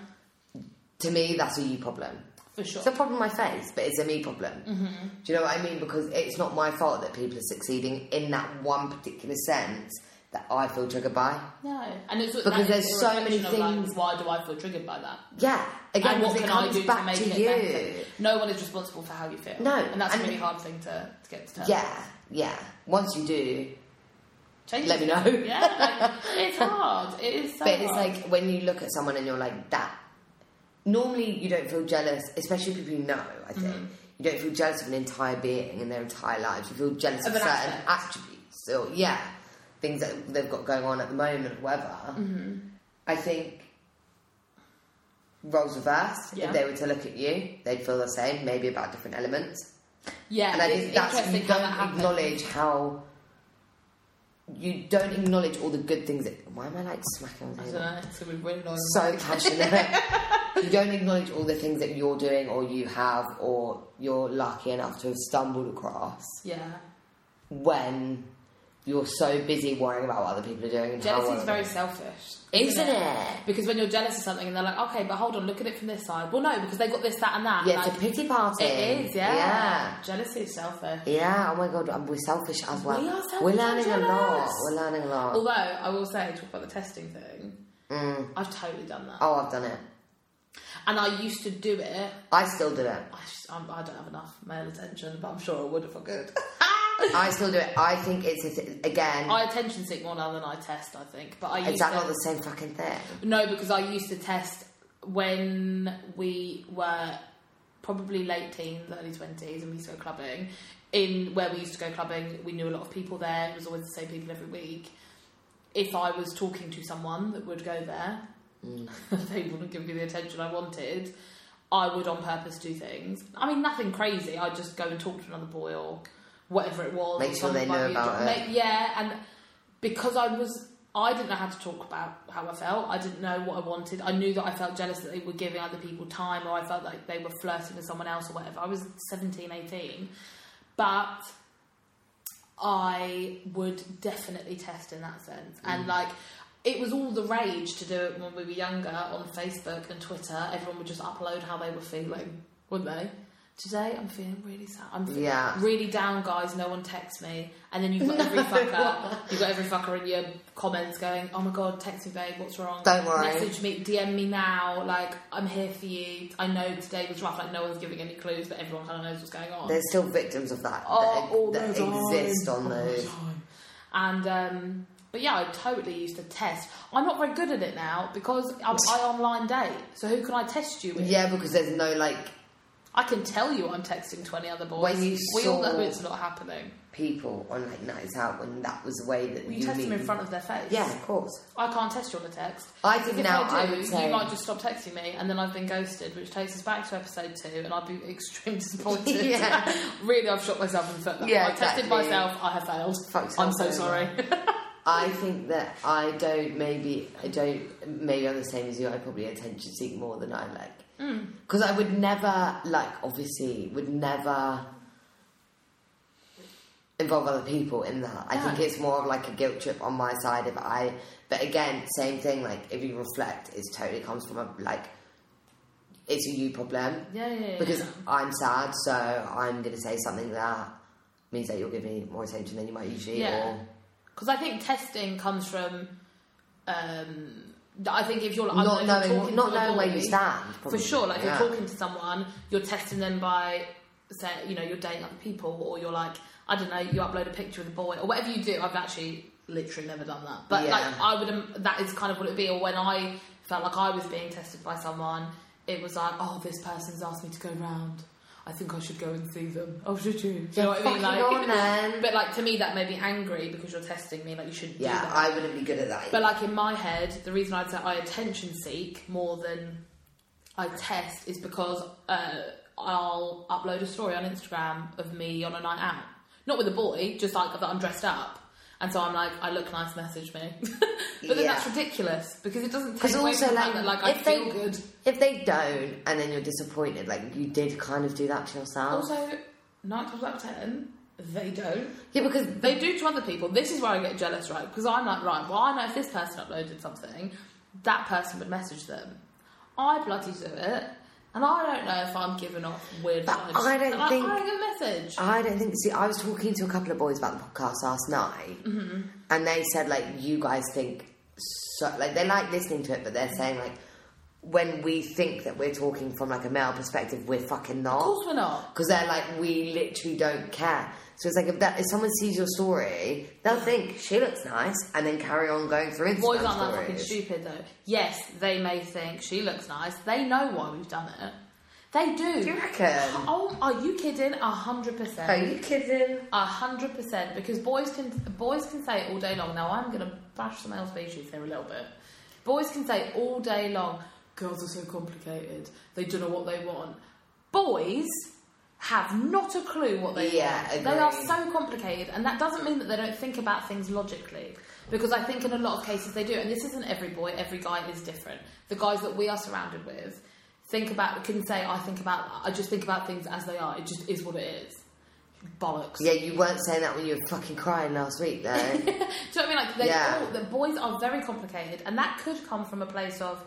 to me that's a you problem.
for sure. Mm-hmm.
It's a problem I face, but it's a me problem.
Mm.
Do you know what I mean? Because it's not my fault that people are succeeding in that one particular sense that I feel triggered by.
no, and it's
Because
that is
there's
a
so many
reflection of, like,
things-
why do I feel triggered by that?
Yeah, again,
and what
because it
can I
comes
do to
back
make
to,
it
you.
better? No one is responsible for how you feel.
No,
and that's
and-
a really hard thing to, to get to terms.
Yeah, yeah. Once you do,
Changes.
Let me know.
yeah, like, it's hard. It is so
but it's
hard.
like when you look at someone and you're like that. Normally, you don't feel jealous, especially people you know. I think
Mm-hmm.
you don't feel jealous of an entire being and their entire lives. You feel jealous
Of
of,
an
certain
aspect.
attributes. So yeah, things that they've got going on at the moment, whatever.
Mm-hmm.
I think roles reversed.
Yeah.
If they were to look at you, they'd feel the same, maybe about different elements.
yeah,
And I
it's
think that's you
interesting how that
don't
happens.
acknowledge how you don't acknowledge all the good things that why am I like smacking on the
I don't
table?
know. It's gonna be really annoying.
So passionate. you don't acknowledge all the things that you're doing or you have or you're lucky enough to have stumbled across
yeah,
when you're so busy worrying about what other people are doing and
jealousy
how
is
other-
very selfish,
isn't it?
Because when you're jealous of something and they're like, okay, but hold on, look at it from this side. Well, no, because they got this, that, and that.
Yeah,
like,
it's a pity party.
it is. Yeah.
Yeah.
jealousy is selfish.
Yeah, oh my god, and we're selfish as well.
We are selfish
We're
and
learning a lot.
jealous. Oh.
We're learning a lot.
Although I will say, talk about the testing thing.
Mm.
I've totally done that,
Oh, I've done it.
and I used to do it
I still do it.
I, just, I'm, I don't have enough male attention, but I'm sure I would if I could.
I still do it. I think it's a th- again
I attention seek more now than I test, I think. But I used
is that
to,
not the same fucking thing?
no, because I used to test when we were probably late teens, early twenties, and we used to go clubbing. In where we used to go clubbing, we knew a lot of people there. It was always the same people every week. If I was talking to someone that would go there,
Mm.
they wouldn't give me the attention I wanted. I would on purpose do things. I mean, nothing crazy. I'd just go and talk to another boy or whatever it was.
Make
or
sure they
someone
know
might be a
about
jo-
it.
Make- yeah, and because I was I didn't know how to talk about how I felt. I didn't know what I wanted. I knew that I felt jealous that they were giving other people time or I felt like they were flirting with someone else or whatever. I was 17, 18. But I would definitely test in that sense. And like, it was all the rage to do it when we were younger on Facebook and Twitter. Everyone would just upload how they were feeling, wouldn't they? Today I'm feeling really sad. I'm feeling
Yeah.
really down, guys. No one texts me, and then you've got every fucker, you've got every fucker in your comments going, "Oh my god, text me, babe. What's wrong?
Don't worry.
Message me, DM me now. Like I'm here for you. I know today was rough. Like no one's giving any clues, but everyone kind of knows what's going on.
There's still victims of that
Oh, all
that,
the
that exist
time.
on
All the
those.
time. And um, but yeah, I totally used to test. I'm not very good at it now because I, I online date. So who can I test you with?
Yeah, because there's no like
I can tell you I'm texting 20 other boys.
When you
we all
saw-
know it's not happening.
people on like nights out when that was the way that
You,
you
test them in
meet-
front of their face.
Yeah, of course.
I can't test you on the text.
I
Because
think
if
now
I do,
would say
you might just stop texting me, and then I've been ghosted, which takes us back to episode two, and I'd be extremely disappointed.
Yeah.
really, I've shot myself in the foot.
Yeah,
I tested
exactly.
myself. I have failed.
Fuck
I'm
yourself
so
over.
sorry.
I think that I don't maybe I don't maybe I'm the same as you. I probably attention seek more than I
Hmm.
like because I would never like obviously would never involve other people in that. I think
No.
it's more of like a guilt trip on my side if I. But again, same thing. Like if you reflect, it's totally comes from a like it's a you problem
yeah, yeah, yeah.
because
yeah.
I'm sad, so I'm gonna say something that means that you'll give me more attention than you might usually.
Yeah.
Or,
Because I think testing comes from. Um, I think if you're like, I
not
don't know, if you're
knowing,
talking
not
to a
knowing where you
boy-
stand. probably.
for sure. Like
Yeah.
you're talking to someone, you're testing them by say you know you're dating other people, or you're like I don't know, you upload a picture of a boy or whatever you do. I've actually literally never done that, but
Yeah.
like I would. im- That is kind of what it would be. Or when I felt like I was being tested by someone, it was like, oh, this person's asked me to go round. I think I should go and see them. Oh, should you? Do you know what I mean?
Fucking on, then.
but like to me, that made me angry because you're testing me. Like you shouldn't. do
Yeah,
that.
I wouldn't be good at that.
But like in my head, the reason I'd say I attention seek more than I test is because uh, I'll upload a story on Instagram of me on a night out, not with a boy, just like that I'm dressed up, and so I'm like, I look nice, message me. but then
Yeah.
that's ridiculous because it doesn't take
because
away
also,
from
like,
like, that, like I
if they
feel good.
if they don't, and then you're disappointed, like you did kind of do that to yourself.
Also, nine times out of ten, they don't.
yeah, because
They do to other people. This is where I get jealous, right? Because I'm like, right, well, I know if this person uploaded something, that person would message them. I bloody do it, and I don't know if I'm giving off weird
But
vibes.
I don't
And I,
think- Oh,
I don't get a message.
I don't think. See, I was talking to a couple of boys about the podcast last night,
Mm-hmm.
and they said like you guys think so like they like listening to it, but they're saying like when we think that we're talking from like a male perspective, we're fucking not.
Of course we're not.
because they're like, we literally don't care. So it's like if that if someone sees your story, they'll think she looks nice, and then carry on going through Instagram
Boys aren't that fucking
stories.
stupid, though. Yes, they may think she looks nice. They know why we've done it. They do.
Do you reckon?
Oh, are you kidding? A hundred percent.
Are you kidding?
A hundred percent, because boys can boys can say all day long. Now I'm going to bash the male species here a little bit. Boys can say all day long, girls are so complicated. They don't know what they want. Boys have not a clue what they
Yeah,
want. They are
agree.
so complicated, and that doesn't mean that they don't think about things logically. Because I think in a lot of cases they do, and this isn't every boy. Every guy is different. The guys that we are surrounded with think about can say, "I think about, I just think about things as they are. It just is what it is." Bollocks.
Yeah, you weren't saying that when you were fucking crying last week, though.
Do you know what I mean? Like, they
Yeah.
all, the boys are very complicated, and that could come from a place of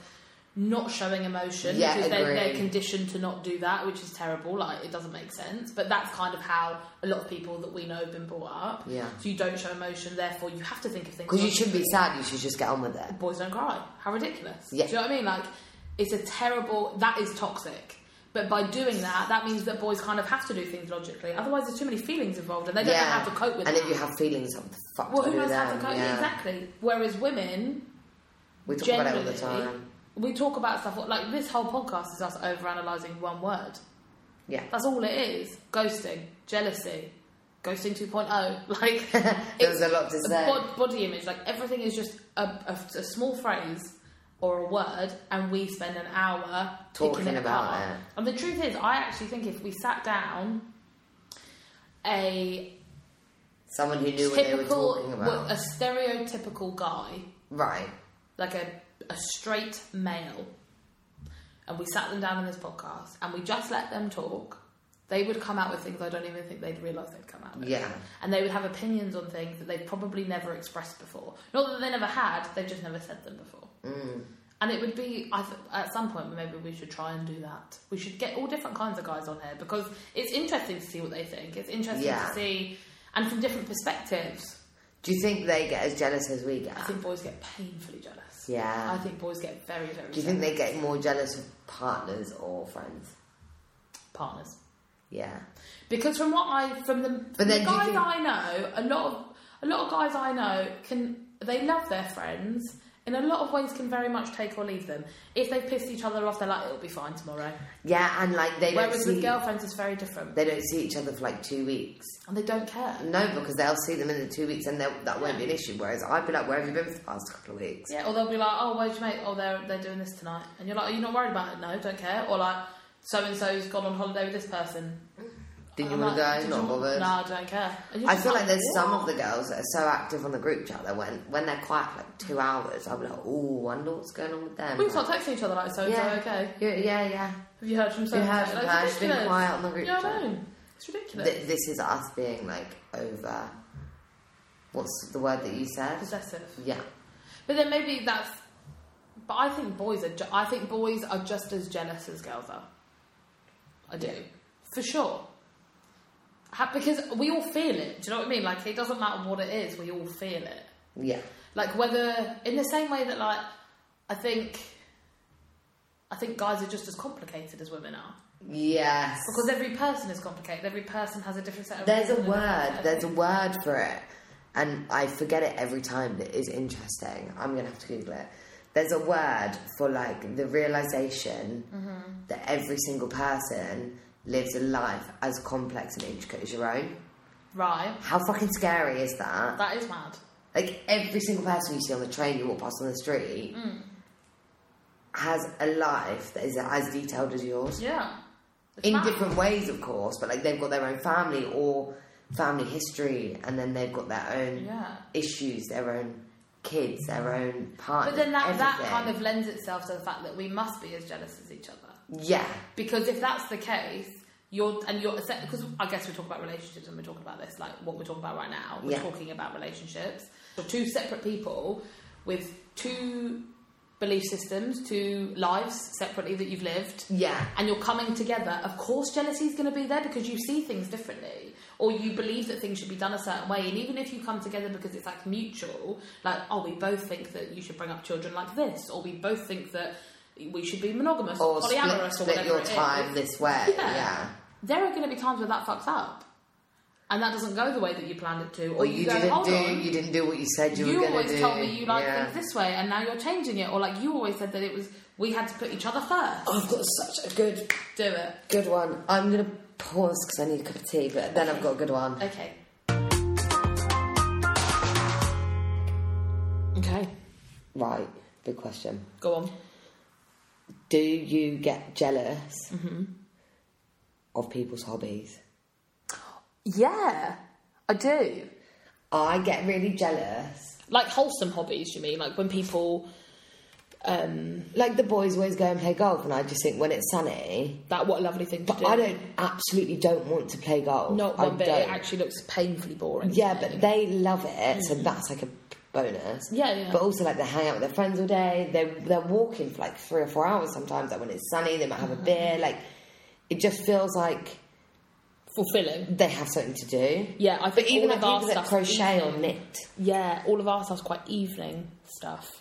not showing emotion
Yeah,
because they're, they're
agree.
conditioned to not do that, which is terrible. Like, it doesn't make sense, but that's kind of how a lot of people that we know have been brought up.
Yeah.
So you don't show emotion, therefore you have to think of things.
Because you
logically.
should be sad. You should just get on with it.
Boys don't cry. How ridiculous.
Yeah.
Do you know what I mean? Like, it's a terrible. That is toxic. But by doing that, that means that boys kind of have to do things logically. Otherwise, there's too many feelings involved, and they don't
yeah.
know how to cope with
and
it.
if you have feelings, what the fuck
Well,
do I
who
do
knows
then?
how to cope?
yeah.
Exactly. Whereas women,
We talk about it all
generally,
the time.
we talk about stuff like this whole podcast is us overanalyzing one word.
Yeah.
That's all it is. Ghosting, jealousy, ghosting 2.0. Like, it's
There's a lot to
the
say.
bod- body image. Like, everything is just a, a, a small phrase or a word, and we spend an hour
Talking
picking it
about
apart.
it.
And the truth is, I actually think if we sat down, a
Someone who knew what they were
typical,
talking
well,
about.
a stereotypical guy
Right.
like a, a straight male, and we sat them down on this podcast and we just let them talk, they would come out with things I don't even think they'd realise they'd come out with.
Yeah.
And they would have opinions on things that they've probably never expressed before. Not that they never had, they've just never said them before.
Mm.
And it would be, I th- at some point, maybe we should try and do that. We should get all different kinds of guys on here because it's interesting to see what they think. It's interesting
Yeah.
to see, and from different perspectives.
Do you think they get as jealous as we
I
get?
think boys get painfully jealous.
Yeah.
I think boys get very, very
Do you think they get more jealous of partners or friends?
partners.
Yeah.
Because from what I from the, from
then
the
you
guys
do-
I know, a lot of a lot of guys I know can they love their friends in a lot of ways can very much take or leave them. If they pissed each other off, they're like, it'll be fine tomorrow.
Yeah, and like they don't
Whereas
see
with girlfriends, it's very different,
they don't see each other for like two weeks.
and they don't care.
No, because they'll see them in the two weeks and they'll- that won't be an issue. Whereas I'd be like, where have you been for the past couple of weeks?
Yeah, or they'll be like, oh, where's your mate? Oh, they're they're doing this tonight, and you're like, are you not worried about it? No, don't care. Or like, so and so's gone on holiday with this person.
Didn't you
I'm
want to
like,
go?
"Did
Not
you want-"
bothered.
No, I don't care. And you're
I
just
feel like there's
"What?"
some of the girls that are so active on the group chat that when when they're quiet for like two hours, I'm like, oh, wonder what's going on with them.
We start texting each other like, so and so
Yeah.
okay.
yeah, yeah, yeah.
Have you heard from so
You heard from her, she's been quiet on the group
Yeah, I
chat.
know. It's ridiculous.
Th- this is us being like over. What's the word that you said?
Possessive.
Yeah,
But then maybe that's. But I think boys are. Ju- I think boys are just as jealous as girls are. I do, for sure. Ha- Because we all feel it. Do you know what I mean? Like it doesn't matter what it is, we all feel it.
yeah,
Like whether in the same way that like I think. I think guys are just as complicated as women are
yes.
because every person is complicated. Every person has a different set of.
There's a
reasons and
word.
different-
There's a word for it, and I forget it every time. That is interesting. I'm gonna have to Google it. There's a word for like the realization that every single person lives a life as complex and intricate as your own.
right.
How fucking scary is that?
That is mad.
Like every single person you see on the train, you walk past on the street,
Mm.
has a life that is as detailed as yours
Yeah. It's
in
mad.
different ways, of course, but like they've got their own family or family history, and then they've got their own
Yeah. Mm.
issues, their own kids, their own partner.
But then that, that
everything.
kind of lends itself to the fact that we must be as jealous as each other.
yeah,
Because if that's the case, you're and you're because I guess we're talking about relationships and we're talking about this like what we're talking about right now. We're
Yeah.
talking about relationships. So two separate people with two belief systems, two lives separately that you've lived.
yeah,
And you're coming together, of course, jealousy is going to be there because you see things differently, or you believe that things should be done a certain way. And even if you come together because it's like mutual, like, oh, we both think that you should bring up children like this, or we both think that we should be monogamous or,
or
polyamorous
split,
or
split
whatever.
your
it is.
time this way.
Yeah.
Yeah.
There are going to be times where that fucks up, and that doesn't go the way that you planned it to, or,
Or
you,
you,
go,
didn't
hold
do.
on.
You didn't do what you said you,
You
were going
always
to do.
told me you like
yeah.
things this way, and now you're changing it, or like you always said that it was we had to put each other first.
I've got such a good,
Do it.
good one. I'm gonna pause because I need a cup of tea, but then I've got a good one.
Okay. Okay.
Right, big question.
Go on.
Do you get jealous of people's hobbies?
Yeah, I do.
I get really jealous.
Like wholesome hobbies, you mean? Like when people um
Like the boys always go and play golf, and I just think when it's sunny,
that what a lovely thing to
but
do.
I don't absolutely don't want to play golf.
not
I
one bit. It
don't.
actually looks painfully boring.
Yeah,
to
but
me.
they love it, so that's like a bonus.
Mm. Yeah, yeah.
But also, like they hang out with their friends all day. They they're walking for like three or four hours sometimes. Like when it's sunny, they might have a
Mm-hmm.
beer. Like it just feels like
fulfilling.
they have something to do.
Yeah, I think
But even
all
like
of our
people
stuff.
that
e-,
crochet or knit,
yeah, all of our stuff's quite evening stuff.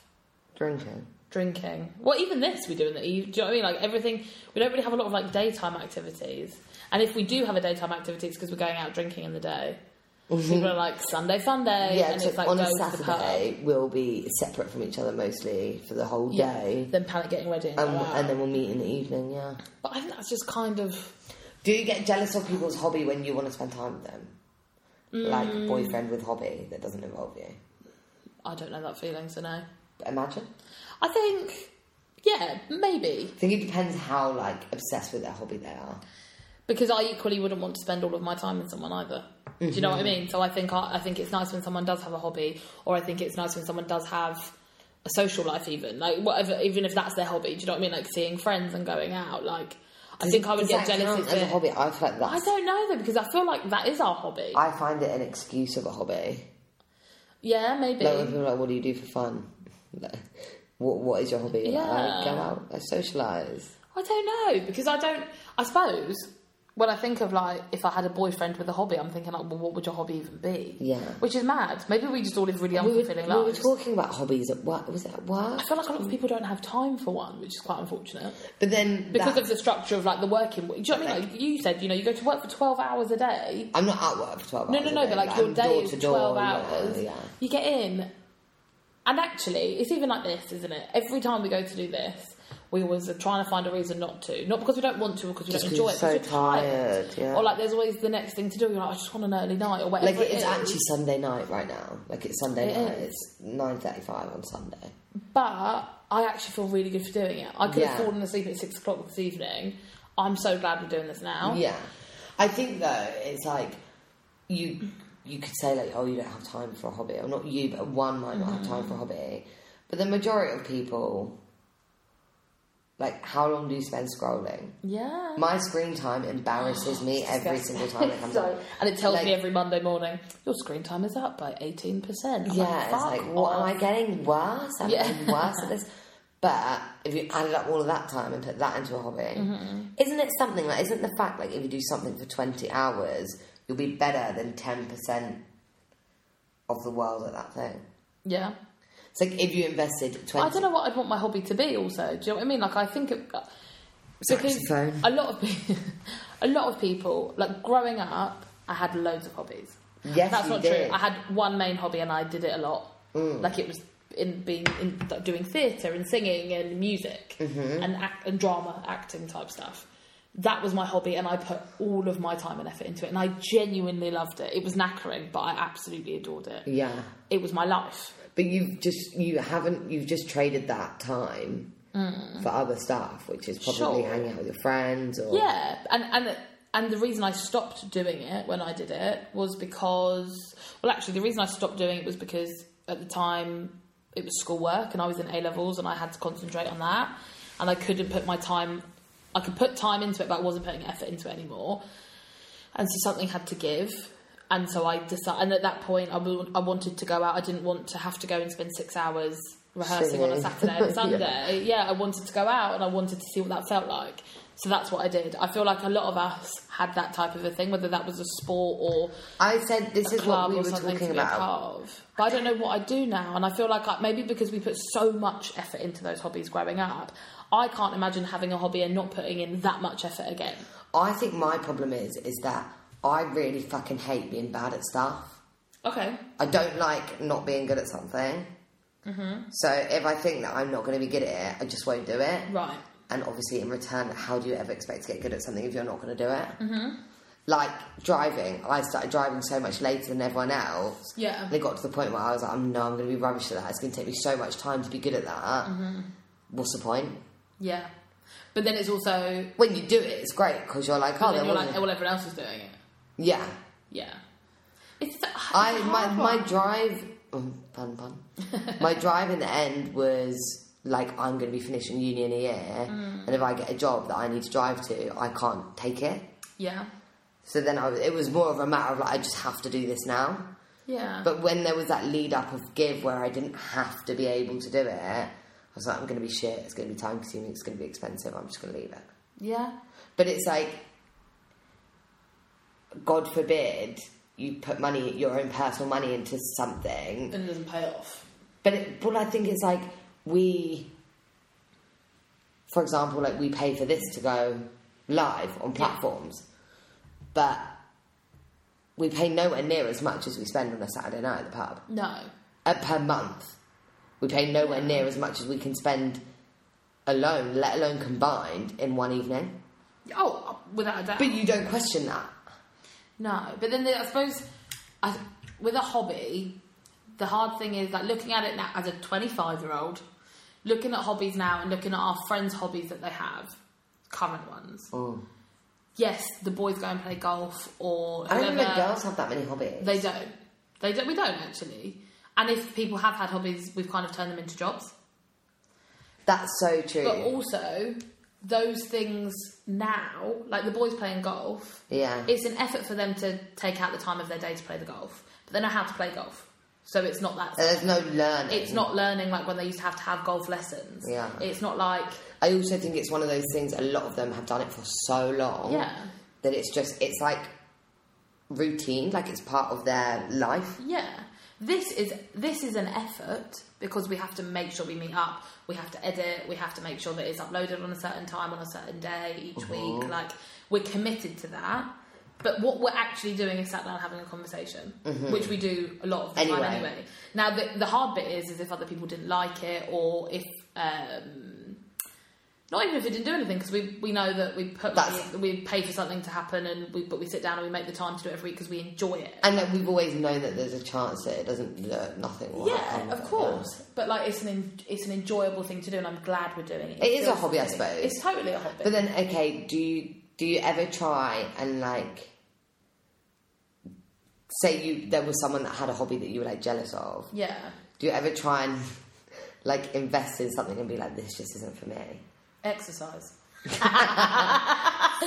drinking.
drinking. Well, even this we do in the evening. Do you know what I mean? Like everything, we don't really have a lot of like daytime activities. And if we do have a daytime activity, it's because we're going out drinking in the day. People are like Sunday fun day,
Mm-hmm. Yeah,
and
so
it's like
on
go
a
to the pub.
Saturday we'll be separate from each other mostly for the whole
Yeah,
day,
then panic getting ready. And,
and,
go out.
and then we'll meet in the evening. Yeah.
but I think that's just kind of
Do you get jealous of people's hobby when you want to spend time with them?
Mm.
Like boyfriend with hobby that doesn't involve you.
I don't know that feeling. So no,
But imagine.
I think yeah, maybe
I think it depends how like obsessed with their hobby they are.
because I equally wouldn't want to spend all of my time with someone either. Do you know what I mean? So I think I, I think it's nice when someone does have a hobby, or I think it's nice when someone does have a social life, even like whatever, even if that's their hobby. Do you know what I mean? Like seeing friends and going out. Like I think I would
Does
get
that
jealous
count
if
as a
it-
hobby. I feel like
I
that's.
don't know though because I feel like that is our hobby.
I find it an excuse of a hobby.
yeah, maybe.
Like when people are like, "What do you do for fun? Like, what What is your hobby? Like, I
Yeah.
go out. I socialize.
I don't know because I don't. I suppose when I think of like if I had a boyfriend with a hobby, I'm thinking like, well, what would your hobby even be?
Yeah.
which is mad. Maybe we just all live really
We were,
unfulfilling
we were
lives.
talking about hobbies at work. Was that work?
I feel like a lot of people don't have time for one, which is quite unfortunate
But then
because
that-
of the structure of like the working week. Do you know what I mean? Like you said, you know, you go to work for twelve hours a day.
I'm not at work for twelve
No,
hours.
no,
a
no.
day.
But like your
I'm
day
door
is
to door,
twelve
yeah,
hours.
Yeah.
You get in, and actually, it's even like this, isn't it? Every time we go to do this, we always are trying to find a reason not to. Not because we don't want to, because we
Just
don't
'cause
enjoy
you're
it. 'cause
so
you're
tired. Yeah.
Or like, there's always the next thing to do. You're like, I just want an early night or whatever.
Like it is
is.
actually Sunday night right now. Like it's Sunday
It
night.
is.
It's nine thirty-five on Sunday.
But I actually feel really good for doing it. I could
Yeah.
have fallen asleep at six o'clock this evening. I'm so glad we're doing this now.
Yeah, I think though it's like you you could say like oh you don't have time for a hobby or not you but one might not have
Mm-hmm.
time for a hobby, but the majority of people like how long do you spend scrolling?
Yeah.
My screen time embarrasses me every single time it comes up.
and it tells
Like-
me every Monday morning, your screen time is up by 18%. I'm like,
Yeah, it's
"Fuck
like what am
off."
I getting worse? I'm
Yeah.
getting worse at this. But if you added up all of that time and put that into a hobby,
Mm-hmm.
isn't it something like isn't the fact like if you do something for twenty hours, you'll be better than ten percent of the world at that thing?
Yeah.
It's like if you invested twenty.
I don't know what I'd want my hobby to be. Also, do you know what I mean? Like, I think it, uh, because
Saxophone.
a lot of pe- a lot of people, like growing up, I had loads of hobbies.
Yes,
that's
you
not
did. Mm.
true. I had one main hobby, and I did it a lot. Like it was in being in like, doing theatre and singing and music
Mm-hmm.
and act, and drama acting type stuff. That was my hobby, and I put all of my time and effort into it, and I genuinely loved it. It was knackering, but I absolutely adored it.
Yeah,
It was my life.
but you've just you haven't you've just traded that time for other stuff, which is probably
Mm. Sure.
hanging out with your friends or
Yeah, and and and the reason I stopped doing it when I did it was because well, actually, the reason I stopped doing it was because at the time it was schoolwork and I was in A levels and I had to concentrate on that, and I couldn't put my time. I could put time into it, but I wasn't putting effort into it anymore, and so something had to give. And so I decided, and at that point, I wa- I wanted to go out. I didn't want to have to go and spend six hours rehearsing on a
Singing.
Saturday and a
Yeah.
Sunday day, yeah, I wanted to go out and I wanted to see what that felt like. So that's what I did. I feel like a lot of us had that type of a thing, whether that was a sport or
I said this
a
is what
club
we
or
were
something to
talking
be a
about
part of. But I don't know what I do now, and I feel like I, maybe because we put so much effort into those hobbies growing up, I can't imagine having a hobby and not putting in that much effort again.
I think my problem is is that I really fucking hate being bad at stuff.
Okay.
I don't like not being good at something.
Mm-hmm.
So if I think that I'm not going to be good at it, I just won't do it.
Right.
And obviously, in return, how do you ever expect to get good at something if you're not going to do it?
Mm-hmm.
Like driving, I started driving so much later than everyone else.
Yeah.
And it got to the point where I was like, "I'm- no, I'm going to be rubbish at that. It's going to take me so much time to be good at that.
Mm-hmm.
What's the point?
Yeah. But then it's also
When you do it, it's great because you're like, oh,
then
there
you're
wasn't.
like, well, everyone else is doing it.
yeah.
Yeah. It's, it's a
I my
hard
my
one.
drive oh, pun pun. my drive in the end was like I'm going to be finishing uni in a year, and if I get a job that I need to drive to, I can't take it.
yeah.
So then I, was- it was more of a matter of like I just have to do this now.
Yeah.
But when there was that lead up of give where I didn't have to be able to do it, I was like I'm going to be shit. It's going to be time consuming. It's going to be expensive. I'm just going to leave it.
yeah.
But it's like, God forbid you put money, your own personal money into something
and it doesn't pay off.
But it, but I think it's like we, for example, like we pay for this to go live on platforms, but we pay nowhere near as much as we spend on a Saturday night at the pub
No.
uh, per month. We pay nowhere near as much as we can spend alone, let alone combined in one evening.
Oh, without a doubt.
But you don't question that.
no. But then the, I suppose I, with a hobby, the hard thing is like looking at it now as a 25 year old, looking at hobbies now and looking at our friends' hobbies that they have, current ones. Yes, the boys go and play golf or
I don't
whoever.
think girls have that many hobbies.
They don't. They don't. We don't actually. And if people have had hobbies, we've kind of turned them into jobs.
That's so true.
But also, those things now, like the boys playing golf,
yeah.
it's an effort for them to take out the time of their day to play the golf. But they know how to play golf. So it's not that.
And There's no learning.
It's not learning like when they used to have to have golf lessons.
Yeah.
It's not like,
I also think it's one of those things. A lot of them have done it for so long
yeah,
that it's just it's like routine, like it's part of their life.
yeah. This is this is an effort because we have to make sure we meet up. We have to edit. We have to make sure that it's uploaded on a certain time on a certain day each
Uh-huh.
week. Like we're committed to that. But what we're actually doing is sat down having a conversation, which we do a lot of the time
Mm-hmm. Anyway.
anyway. Now the, the hard bit is is if other people didn't like it or if um, not even if we didn't do anything because we, we know that we put money-
That's-
we pay for something to happen and we but we sit down and we make the time to do it every week because we enjoy it.
And like, we've always known that there's a chance that it doesn't look nothing. will happen,
Yeah, of
but,
course. But like, it's an en- it's an enjoyable thing to do, and I'm glad we're doing it.
It is a
feels
hobby, I
amazing.
suppose.
It's totally a hobby.
But then, okay, do you do you ever try and like say you there was someone that had a hobby that you were like jealous of?
yeah,
Do you ever try and like invest in something and be like, this just isn't for me?
exercise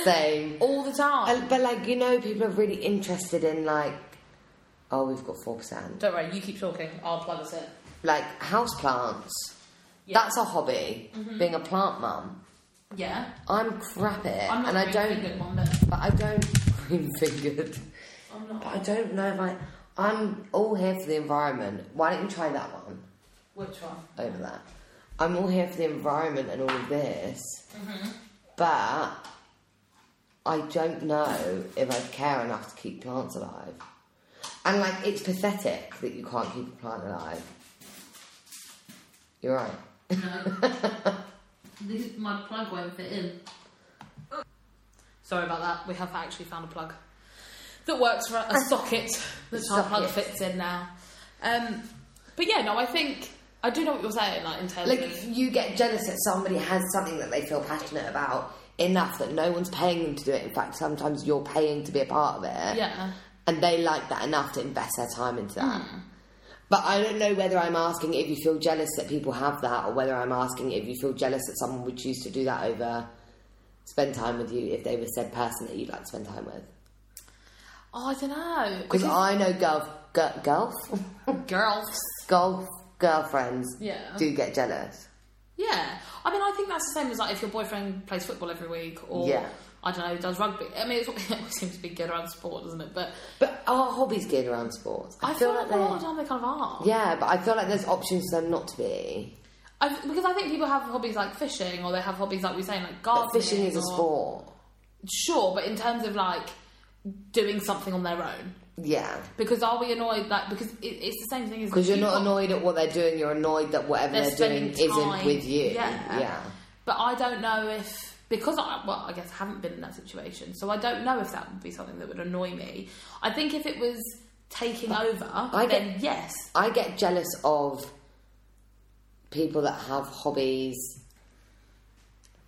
Same.
all the time.
And- but like you know, people are really interested in like, oh, we've got four percent.
Don't worry, you keep talking. I'll plug us in.
Like house plants.
Yeah. Mm-hmm.
That's a hobby. Being a plant mum.
Yeah,
I'm crap at it,
I'm not
and I don't.
good one, but
But I don't green fingered.
I'm not.
But I don't know if I. I'm all here for the environment. Why don't you try that one
Which one?
over there? I'm all here for the environment and all of this, but I don't know if I care enough to keep plants alive. And like, it's pathetic that you can't keep a plant alive. You're right.
No. These, my plug won't fit in. Sorry about that. We have actually found a plug that works for a socket. That's how plug
Socket.
fits in now. Um, but yeah, no, I think I do know what you're saying. Like in terms
Like,
of
if you get jealous that somebody has something that they feel passionate about enough that no one's paying them to do it. In fact, sometimes you're paying to be a part of it.
yeah, Hmm.
and they like that enough to invest their time into that. But I don't know whether I'm asking if you feel jealous that people have that, or whether I'm asking if you feel jealous that someone would choose to do that over spend time with you if they were said person that you'd like to spend time with.
oh, I don't know.
Because I know girl, girl, girl,
girls.
golf girlfriends
Yeah.
do get jealous.
Yeah, I mean, I think that's the same as like if your boyfriend plays football every week, or
Yeah.
I don't know, does rugby. I mean, it's, it always seems to be good around sport, doesn't it? But
But our hobbies geared around sports.
I, feel, like, a lot of
they
the time they kind of are.
yeah, but I feel like there's options for them not to be.
I, because I think people have hobbies like fishing, or they have hobbies like we were saying, like gardening.
But fishing is a
or-
sport.
Sure, but in terms of like doing something on their own,
Yeah.
because are we annoyed? Like because it, it's the same thing as
Because you're
you
not
got-
annoyed at what they're doing, you're annoyed that whatever
They're
they're, doing
spending time.
isn't with you.
Yeah.
yeah.
But I don't know if because I well, I guess I haven't been in that situation, so I don't know if that would be something that would annoy me. I think if it was taking over,
I get-
then yes,
I get jealous of people that have hobbies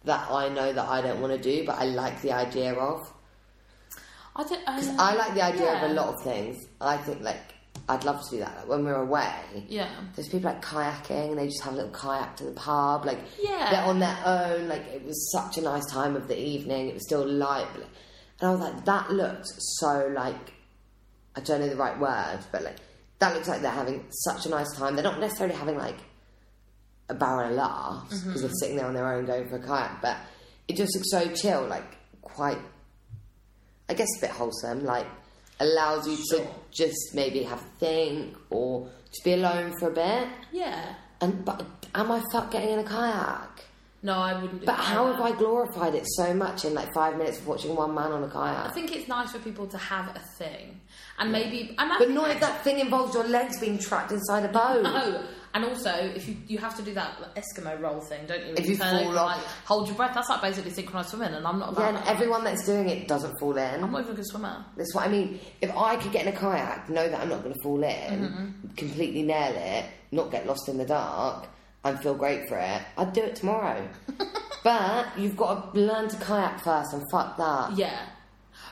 that I know that I don't want to do, but I like the idea of.
I don't. Um,
I like the idea of
Yeah.
a lot of things. I think, like, I'd love to do that. Like, when we're away,
yeah,
there's people like kayaking and they just have a little kayak to the pub like
Yeah.
they're on their own like it was such a nice time of the evening it was still light but- and i was like that looks so like i don't know the right word but like that looks like they're having such a nice time they're not necessarily having like a barrel of laughs
Mm-hmm.
because they're sitting there on their own going for a kayak but it just looks so chill like quite i guess a bit wholesome like allows you
Sure.
to just maybe have a think or just be alone for a bit.
yeah.
And but am I fuck getting in a kayak?
No, I wouldn't. do
But
that
how
either.
have I glorified it so much in like five minutes of watching one man on a
I
kayak?
think it's nice for people to have a thing, and maybe and I
But
think
not if
actually-
that thing involves your legs being trapped inside a boat.
No, oh, and also if you you have to do that Eskimo roll thing, don't you?
If you fall
over,
off.
like, hold your breath. That's like basically synchronized swimming, and I'm not about
Yeah, and
that.
everyone that's doing it doesn't fall
I'm
in.
not even a good swimmer.
That's what I mean. If I could get in a kayak, know that I'm not going to fall in,
Mm-hmm.
completely nail it, not get lost in the dark, and feel great for it, I'd do it tomorrow. but you've got to learn to kayak first and fuck that.
Yeah.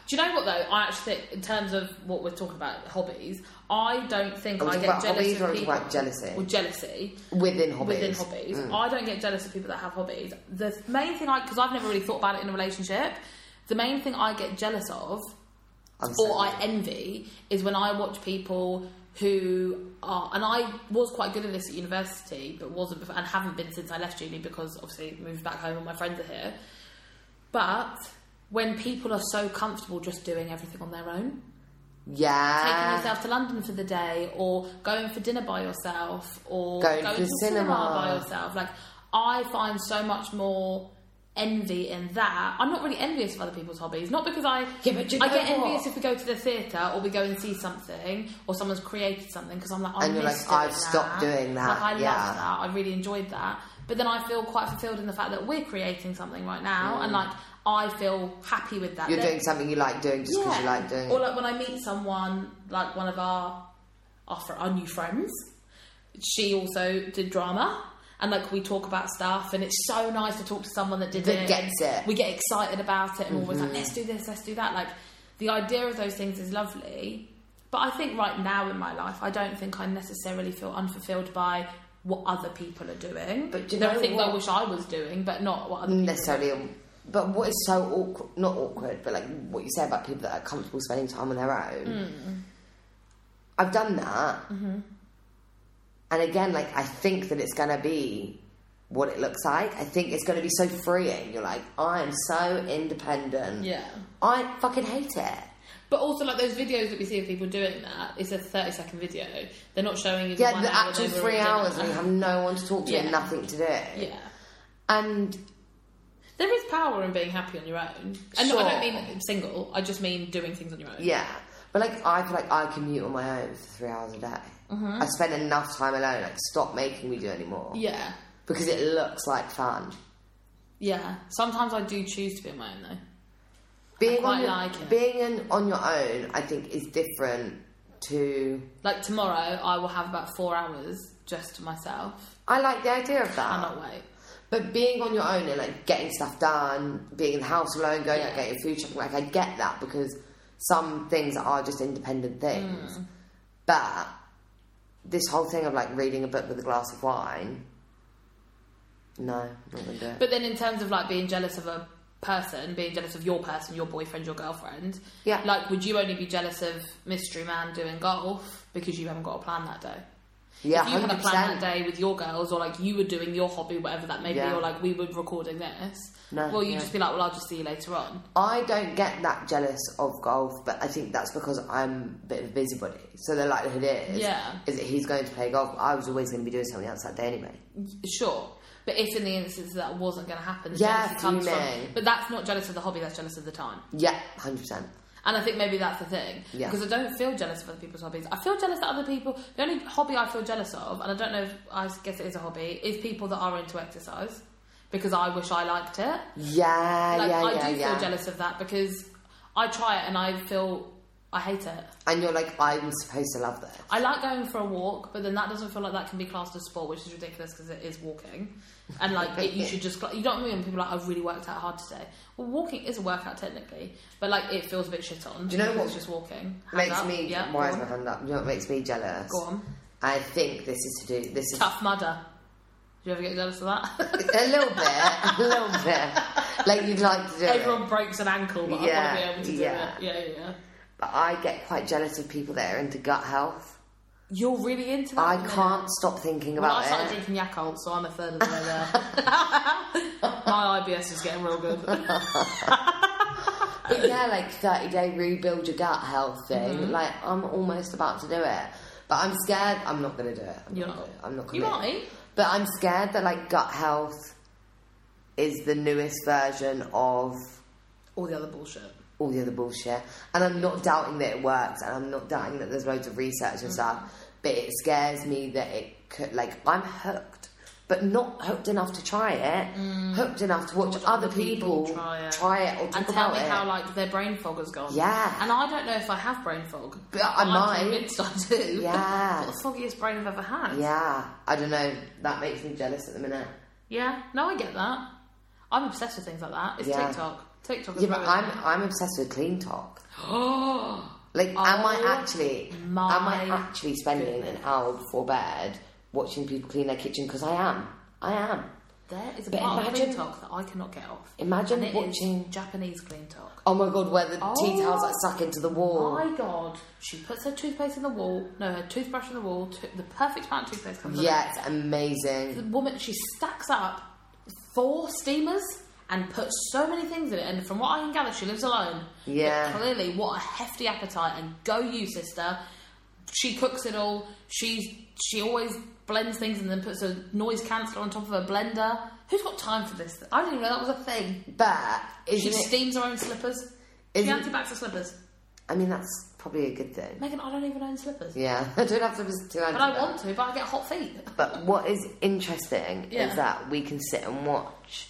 Do you know what though? I actually think, in terms of what we're talking about, hobbies. I don't think
Are we
I
talking
get
about
jealous
hobbies or are
of
we talking
people.
about jealousy?
Or jealousy
Within hobbies. Mm.
within hobbies. I don't get jealous of people that have hobbies. The main thing I, because I've never really thought about it in a relationship, the main thing I get jealous of
I'm
or
sorry.
I envy is when I watch people who are, and I was quite good at this at university, but wasn't before, and haven't been since I left uni because obviously moved back home and my friends are here. But when people are so comfortable just doing everything on their own, taking
yeah.
yourself to London for the day, or going for dinner by yourself, or
Going to the cinema.
by yourself. Like I find so much more envy in that. I'm not really envious of other people's hobbies, not because I
Yeah, but do you
I
know
get
what?
envious if we go to the theatre or we go and see something or someone's created something because I'm like, I
And you're
miss
like,
doing
I've stopped
that.
doing that,
Like, I
yeah.
love that. I really enjoyed that. But then I feel quite fulfilled in the fact that we're creating something right now, and like I feel happy with that.
Mm. You're
There-
doing something you like doing just because you like doing
or
it.
like when I meet someone, like one of our our, fr- our new friends, she also did drama, and like we talk about stuff, and it's so nice to talk to someone that did
That
it.
gets it. Mm-hmm.
We get excited about it, and we're always like, let's do this, let's do that. Like the idea of those things is lovely, but I think right now in my life, I don't think I necessarily feel unfulfilled by what other people are doing.
But do you
there
know
are things I
what?
wish I was doing, but not what other
Necessarily. um, But what is so awkward, not awkward, but like what you say about people that are comfortable spending time on their own.
Mm.
I've done that.
Mm-hmm.
And again, like, I think that it's going to be what it looks like. I think it's going to be so freeing. You're like, I am so independent.
yeah.
I fucking hate it.
But also, like those videos that we see of people doing that, it's a 30 second video. They're not showing you the
Yeah,
one
the
hour
actual
they were
three
doing
hours
that.
when you have no one to talk to
Yeah.
and nothing to do.
Yeah.
And
There is power in being happy on your own. And no, I don't
Sure.
mean single, I just mean doing things on your own.
yeah, but like I feel like I commute on my own for three hours a day. I spend enough time alone. Like, stop making me do anymore
Mm-hmm. Yeah.
because it looks like fun.
Yeah. Sometimes I do choose to be on my own, though.
Being
quite
on your,
like it.
being in, on your own, I think, is different to.
Like tomorrow, I will have about four hours just to myself.
I like the idea of that.
I cannot wait.
But being on your own and like getting stuff done, being in the house alone, going
Yeah.
out, getting food shopping, like I get that because some things are just independent things.
Mm.
But this whole thing of like reading a book with a glass of wine, no, not gonna do it.
But then, in terms of like being jealous of a person, being jealous of your person, your boyfriend, your girlfriend,
Yeah.
Like, would you only be jealous of Mystery Man doing golf because you haven't got a plan that day?
yeah,
if you had a
100%.
plan that day with your girls, or like you were doing your hobby, whatever that may be,
Yeah.
or like we were recording this,
No,
well, you'd
yeah.
just be like, well, I'll just see you later on.
I don't get that jealous of golf, but I think that's because I'm a bit of a busybody. So the likelihood is,
Yeah.
is that he's going to play golf. I was always going to be doing something else that day anyway.
Sure. But if in the instance that wasn't going to happen, the
Yeah,
jealousy comes
fuming.
from. But that's not jealous of the hobby, that's jealous of the time.
Yeah, hundred percent.
And I think maybe that's the thing.
Yeah.
Because I don't feel jealous of other people's hobbies. I feel jealous that other people. The only hobby I feel jealous of, and I don't know if I guess it is a hobby, is people that are into exercise. Because I wish I liked it.
Yeah,
Like,
yeah,
I
yeah,
do
yeah.
feel jealous of that because I try it and I feel. I hate it.
And you're like, "Oh, I'm supposed to love this.
I like going for a walk, but then that doesn't feel like that can be classed as sport, which is ridiculous because it is walking. And like, it, you should just, you don't mean people are like, I've really worked out hard today. Well, walking is a workout technically, but like, it feels a bit shit on.
Do you know
because
what
It's just walking. Hand
Makes
up.
me
yeah,
why
go
is my
on.
hand up? You know what makes me jealous?
Go on.
I think this is to do this is
Tough mudder. Do you ever get jealous of that?
a little bit, a little bit. Like you'd like to do it.
Everyone breaks an ankle, but I want
Yeah,
to be able to do
yeah.
it. Yeah, yeah, yeah.
But I get quite jealous of people that are into gut health.
You're really into that.
I
at the minute.
can't stop thinking
Oh, Well,
about
I started
it.
drinking Yakult, so I'm a third of the way there. My IBS is getting real good.
But yeah, like thirty day rebuild your gut health thing.
Mm-hmm.
Like I'm almost about to do it. But I'm scared I'm not gonna do it. I'm
You're
not,
not.
gonna- I'm not
You
committing.
might.
But I'm scared that like gut health is the newest version of
All the other bullshit.
all the other bullshit. And I'm not doubting that it works, and I'm not doubting that there's loads of research and stuff. But it scares me that it could, like, I'm hooked, but not hooked enough to try it.
Mm.
Hooked enough to watch, other, people, try, it. or talk
And tell
about
me
it.
how like their brain fog has gone.
Yeah.
And I don't know if I have brain fog.
But I
I'm
might.
convinced I do.
Yeah.
I've got the foggiest brain I've ever had.
yeah, I don't know. That makes me jealous at the minute.
Yeah. No, I get that. I'm obsessed with things like that. It's
Yeah.
TikTok. TikTok is
Yeah, but
ruined
I'm I'm obsessed with clean talk.
it.
Like, am I
Oh,
actually am
my
I actually spending an hour before bed watching people clean their kitchen? Because I am. I am.
There is a
But
part of
imagine-
clean talk that I cannot get off.
Imagine
And it is
watching.
Japanese clean talk.
Oh my god, where the tea
Oh.
towels like suck into the wall.
My God, she puts her toothpaste in the wall. No, her toothbrush in the wall. To- the perfect amount of toothpaste comes. out.
Yeah, it's amazing.
the woman she stacks up four steamers and puts so many things in it. And from what I can gather, she lives alone.
Yeah.
But clearly, what a hefty appetite! And go you, sister. She cooks it all. She's she always blends things and then puts a noise canceller on top of her blender. Who's got time for this? I didn't even know that was a thing.
But
She
isn't it?
steams her own slippers. she
Isn't-
anti-backs her slippers.
I mean, that's probably a good thing.
Megan, I don't even own slippers.
Yeah, I don't have to listen to
But I want to, but I get hot feet.
But what is interesting
Yeah.
is that we can sit and watch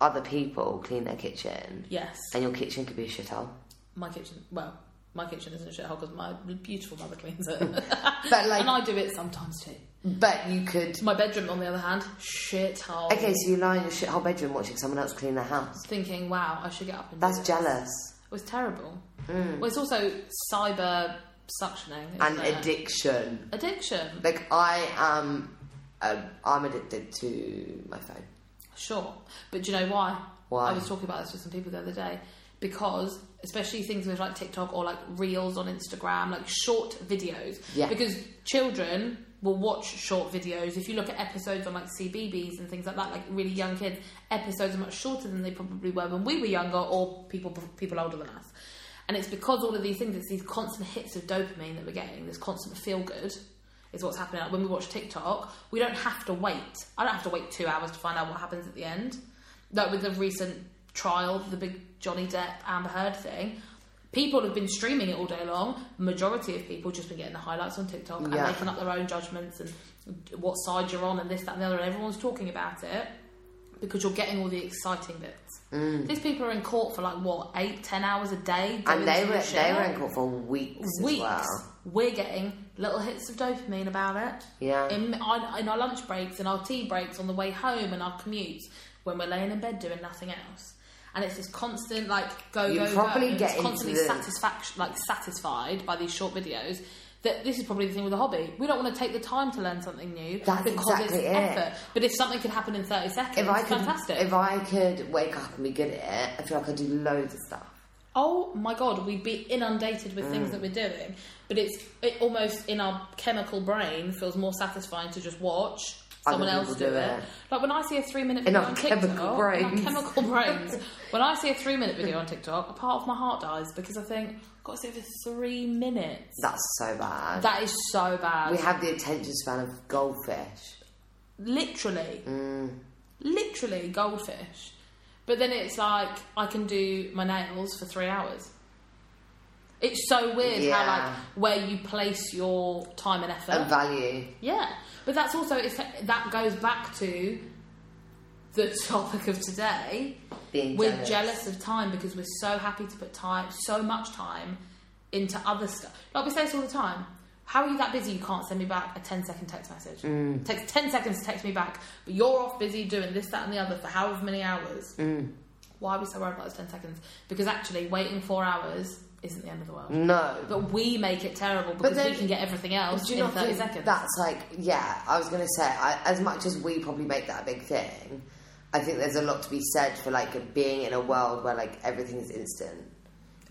other people clean their kitchen,
Yes.
and your kitchen could be a shithole.
my kitchen. Well, my kitchen isn't a shithole because my beautiful mother cleans it,
But like,
and I do it sometimes too.
but you could.
My bedroom, on the other hand, shithole.
Okay, so you lie in your shithole bedroom watching someone else clean their house.
Thinking, wow, I should get up and. do
That's
this.
jealous
It was terrible. Well, it's also cyber suctioning isn't
and
it?
addiction.
addiction.
Like I am, uh, I'm addicted to my phone.
Sure, but do you know why?
Why?
I was talking about this with some people the other day because especially things with like TikTok or like reels on Instagram, like short videos.
Yeah.
Because children will watch short videos. If you look at episodes on like CBBS and things like that, like really young kids, episodes are much shorter than they probably were when we were younger or people people older than us. And it's because all of these things, it's these constant hits of dopamine that we're getting, this constant feel good is what's happening. Like when we watch TikTok, we don't have to wait. I don't have to wait two hours to find out what happens at the end. Like with the recent trial, the big Johnny Depp Amber Heard thing, people have been streaming it all day long. Majority of people just been getting the highlights on TikTok and
Yeah.
making up their own judgments and what side you're on and this, that, and the other. And everyone's talking about it because you're getting all the exciting bits. These people are in court for like what eight, ten hours a day, doing
Mm. And they
some
were
shit.
they were in court for weeks.
Weeks.
As well.
We're getting little hits of dopamine about it
Yeah.
in, on- in our lunch breaks, in our tea breaks, on the way home, and our commutes when we're laying in bed doing nothing else. And it's this constant like go
You
go
probably
go. and
get
it's
into
constantly
the-
satisfaction like satisfied by these short videos. That this is probably the thing with a hobby. We don't want to take the time to learn something new
That's
because
exactly
it's
it.
effort. But if something could happen in thirty seconds,
if I could,
fantastic.
if I could wake up and be good at it, I feel like I do loads of stuff.
oh my god, we'd be inundated with things
Mm.
that we're doing. But it's it almost in our chemical brain feels more satisfying to just watch
Other
someone else do
people
it.
do it.
Like when I see a three minute
In
video
our
on TikTok,
chemical
in our
brains.
chemical brains. when I see a three minute video on TikTok, a part of my heart dies because I think I've got to sit for three minutes.
That's so bad.
That is so bad.
we have the attention span of goldfish.
literally,
Mm.
literally goldfish. But then it's like I can do my nails for three hours. It's so weird how like
Yeah.
where you place your time and effort.
And value.
yeah, but that's also it's, that goes back to the topic of today.
Being
We're
jealous.
jealous of time because we're so happy to put time, so much time into other stuff. Like we say this all the time. How are you that busy? You can't send me back a 10 second text message.
Mm.
It takes 10 seconds to text me back, but you're off busy doing this, that, and the other for however many hours.
Mm.
Why are we so worried about those 10 seconds? Because actually, waiting four hours isn't the end of the world.
No.
But we make it terrible because
Mm. then-
we can get everything else
Do you
in
not
30
think
seconds.
that's like, yeah, I was going to say, I, as much as we probably make that a big thing, I think there's a lot to be said for like being in a world where like everything is instant.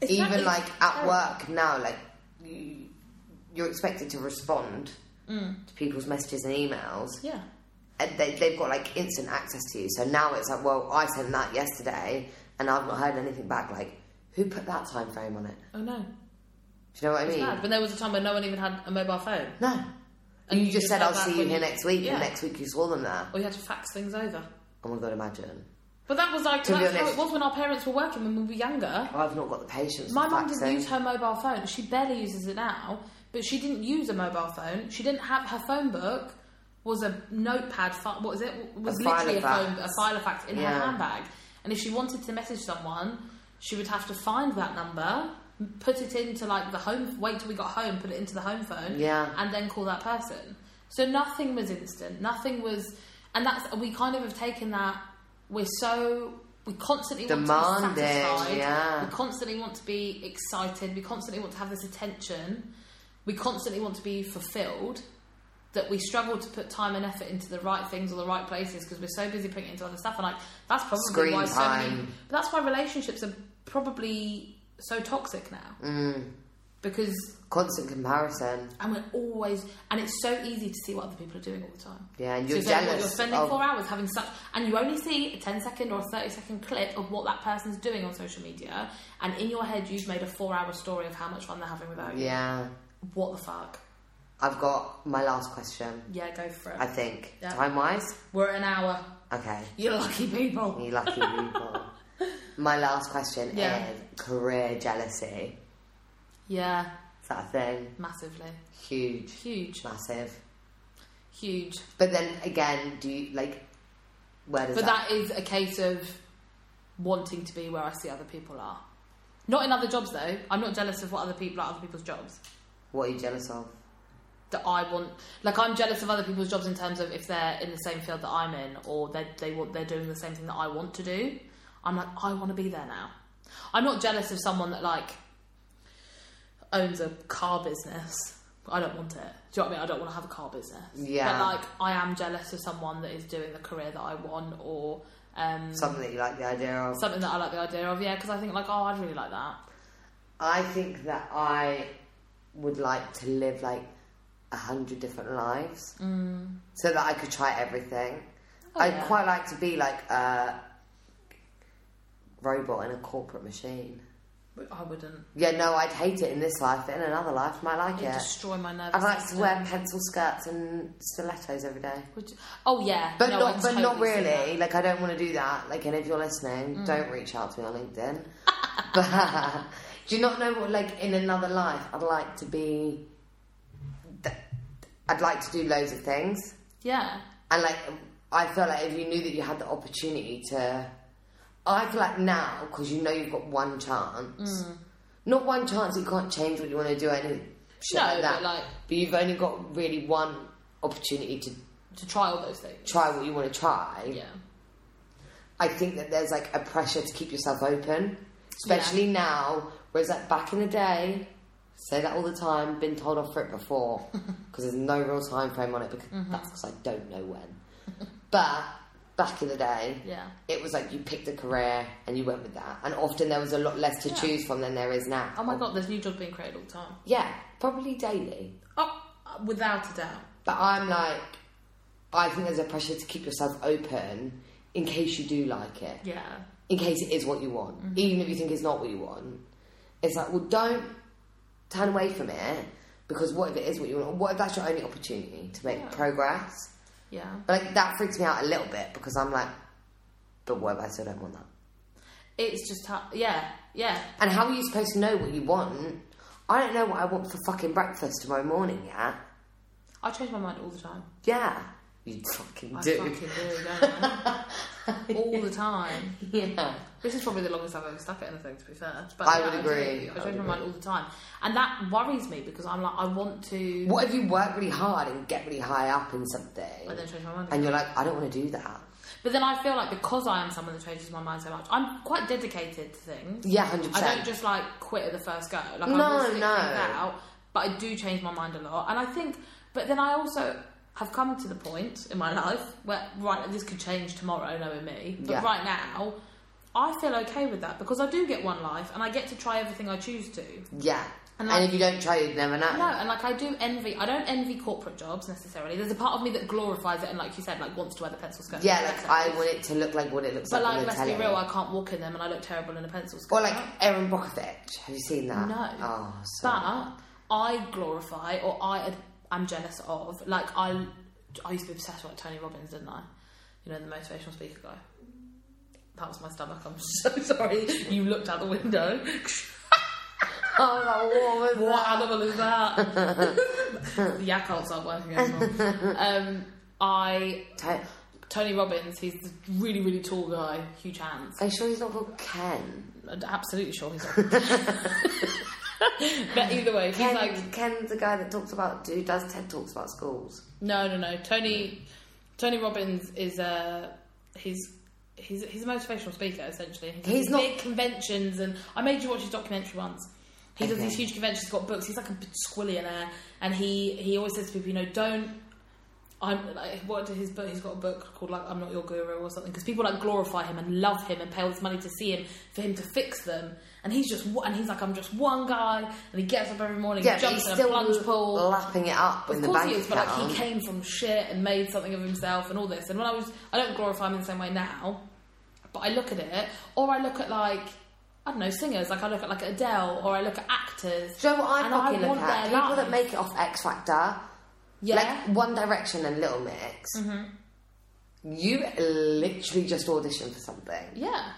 It's not-
Even
it's
like at
terrible.
work now, like you, you're expected to respond
Mm.
to people's messages and emails.
Yeah.
and they, they've got like instant access to you. So now it's like, well, I sent that yesterday, and I've not heard anything back. Like, who put that time frame on it?
Oh no.
Do you know what I
It's
mean?
bad. When there was a time when no one even had a mobile phone.
No.
And
you,
you
just
just
said,
heard
I'll
back
see you
when
here
you-
next week,
Yeah.
and next week you saw them there.
Or you had to fax things over.
Oh my god, imagine.
But that was like
To be
that's how
honest-
it was when our parents were working when we were younger.
I've not got the patience.
My
for
mum
faxing.
didn't use her mobile phone. She barely uses it now, but she didn't use a mobile phone. She didn't have her phone book. Was a notepad. Fi- what was it? Was
A file
literally a
of
phone, a
facts.
file of facts in her
Yeah.
handbag. And if she wanted to message someone, she would have to find that number, put it into like the home. Wait till we got home, put it into the home phone,
Yeah.
and then call that person. So nothing was instant. Nothing was, and that's we kind of have taken that. We're so we constantly want to
Demanding,
be satisfied.
yeah.
We constantly want to be excited. We constantly want to have this attention. We constantly want to be fulfilled. That we struggle to put time and effort into the right things or the right places because we're so busy putting it into other stuff. And like that's probably
Screen
why so many.
time.
But that's why relationships are probably so toxic now because
Mm. Constant comparison.
and we're always and it's so easy to see what other people are doing all the time.
Yeah, and
So
you're
it's like, what,
jealous
you're spending
of-
four hours having such, and you only see a 10 second or a 30 second clip of what that person's doing on social media, and in your head you've made a four hour story of how much fun they're having without you.
Yeah.
What the fuck?
I've got my last question,
Yeah, go for it.
I think.
Yeah.
Time wise?
we're at an hour.
Okay.
You're lucky people.
You lucky people. My last question
Yeah.
is career jealousy.
Yeah,
Is that a thing?
massively.
Huge.
Huge.
Massive.
Huge.
But then again, do you like where does
But
that,
that is a case of wanting to be where I see other people are. Not in other jobs though. I'm not jealous of what other people are, other people's jobs.
what are you jealous of?
that I want. Like I'm jealous of other people's jobs in terms of if they're in the same field that I'm in, or they they want they're doing the same thing that I want to do. I'm like I want to be there now. I'm not jealous of someone that like owns a car business. I don't want it. Do you know what I mean? I don't want to have a car business.
Yeah.
But like I am jealous of someone that is doing the career that I want, or um,
Something that you like the idea of?
something that I like the idea of. Yeah, because I think like oh I'd really like that.
I think that I would like to live like a hundred different lives, mm. so that I could try everything.
Oh,
I'd
yeah.
quite like to be like a robot in a corporate machine.
But I wouldn't.
Yeah, no, I'd hate it in this life, but in another life, I might like
It'd
it.
destroy my nervous
I'd like to
system.
wear pencil skirts and stilettos every day.
Would you- oh yeah,
But
No, I
not, but not
totally see that. Mm.
really. Like I don't want to do that. Like, and if you're listening, don't reach out to me on LinkedIn. but do you not know what? Like in another life, I'd like to be. th- I'd like to do loads of things,
Yeah.
and like I feel like if you knew that you had the opportunity to, I feel like now because you know you've got one chance.
Mm.
Not one chance. You can't change what you want to do. or Any shit
No,
like that.
but like
but you've only got really one opportunity to
to try all those things.
try what you want to try.
Yeah.
I think that there's like a pressure to keep yourself open, especially now. Whereas like back in the day, say that all the time, been told off for it before because there's no real time frame on it because
Mm-hmm.
that's because I don't know when. but back in the day,
Yeah.
it was like you picked a career and you went with that, and often there was a lot less to
Yeah.
choose from than there is now.
Oh my god, there's new jobs being created all the time.
Yeah, probably daily.
Oh, without a doubt.
But I'm like, I think there's a pressure to keep yourself open in case you do like it.
Yeah.
in case it is what you want,
Mm-hmm.
even if you think it's not what you want. It's like, well, don't turn away from it because what if it is what you want? Or what if that's your only opportunity to make
Yeah.
progress?
Yeah.
But like that freaks me out a little bit because I'm like, but what if I still don't want that?
It's just how. Yeah. Yeah.
And how are you supposed to know what you want? I don't know what I want for fucking breakfast tomorrow morning yet.
I change my mind all the time.
Yeah, you fucking
I
do.
fucking do, don't I? all the time.
yeah,
This is probably the longest I've ever stuck at anything, to be fair. But
I
yeah,
would
do.
agree.
I change
I would
my
agree.
mind all the time, and that worries me because I'm like, I want to,
what if you work really hard and get really high up in something,
and then change my mind.
and you're like, I don't want to do that.
But then I feel like because I am someone that changes my mind so much, I'm quite dedicated to things.
Yeah, hundred
I don't
percent.
just like quit at the first go. Like I
No,
will stick
no.
things out, but I do change my mind a lot. And I think, but then I also have come to the point in my life where right, this could change tomorrow, knowing me. But
Yeah.
right now, I feel okay with that because I do get one life and I get to try everything I choose to.
Yeah.
And
And,
like-
if you don't try, you'd never know.
No, and like I do envy. I don't envy corporate jobs necessarily. There's a part of me that glorifies it and, like you said, like wants to wear the pencil skirt.
Yeah,
That
like
makes
I
sense.
want it to look like what it looks
But
like on
like,
the
let's
telly.
be real. I can't walk in them, and I look terrible in a pencil skirt.
or like Erin Brockovich. Have you seen that?
No.
Oh, sorry.
but I glorify or I am jealous of. Like I, I used to be obsessed with Tony Robbins, didn't I? You know the motivational speaker guy. That was my stomach. I'm so sorry. You looked out the window.
I was like, what was
what
Oh, that?
animal is that? the Yakult's aren't working anymore. Um, I
Ta-
Tony Robbins. He's this really really tall guy, huge hands.
Are you sure he's not called Ken?
I'm absolutely sure he's on. but either way, he's
Ken,
like,
Ken's the guy that talks about, who does TED Talks about schools.
no, no, no. Tony, Tony Robbins is uh, he's he's he's a motivational speaker essentially. He does
He's
these
not-
big conventions, and I made you watch his documentary once. He does
Okay.
these huge conventions. He's got books. He's like a squillionaire, and he he always says to people, you know, don't. I'm like what did his book? He's got a book called like I'm not your guru or something because people like glorify him and love him and pay all this money to see him for him to fix them, and he's just one- and he's like I'm just one guy, and he gets up every morning,
Yeah, but
jumps
he's
in
still
a plunge pool,
lapping it up in
of
the
course
bank
he is, but
account.
like he came from shit and made something of himself and all this. And when I was, I don't glorify him in the same way now, but I look at it, or I look at like I don't know singers, like I look at like Adele, or I look at actors.
Do you know what I
and I
fucking look
want
at?
their
People
lives.
that make it off X Factor,
Yeah,
like One Direction and Little Mix.
Mm-hmm.
You literally just audition for something.
yeah.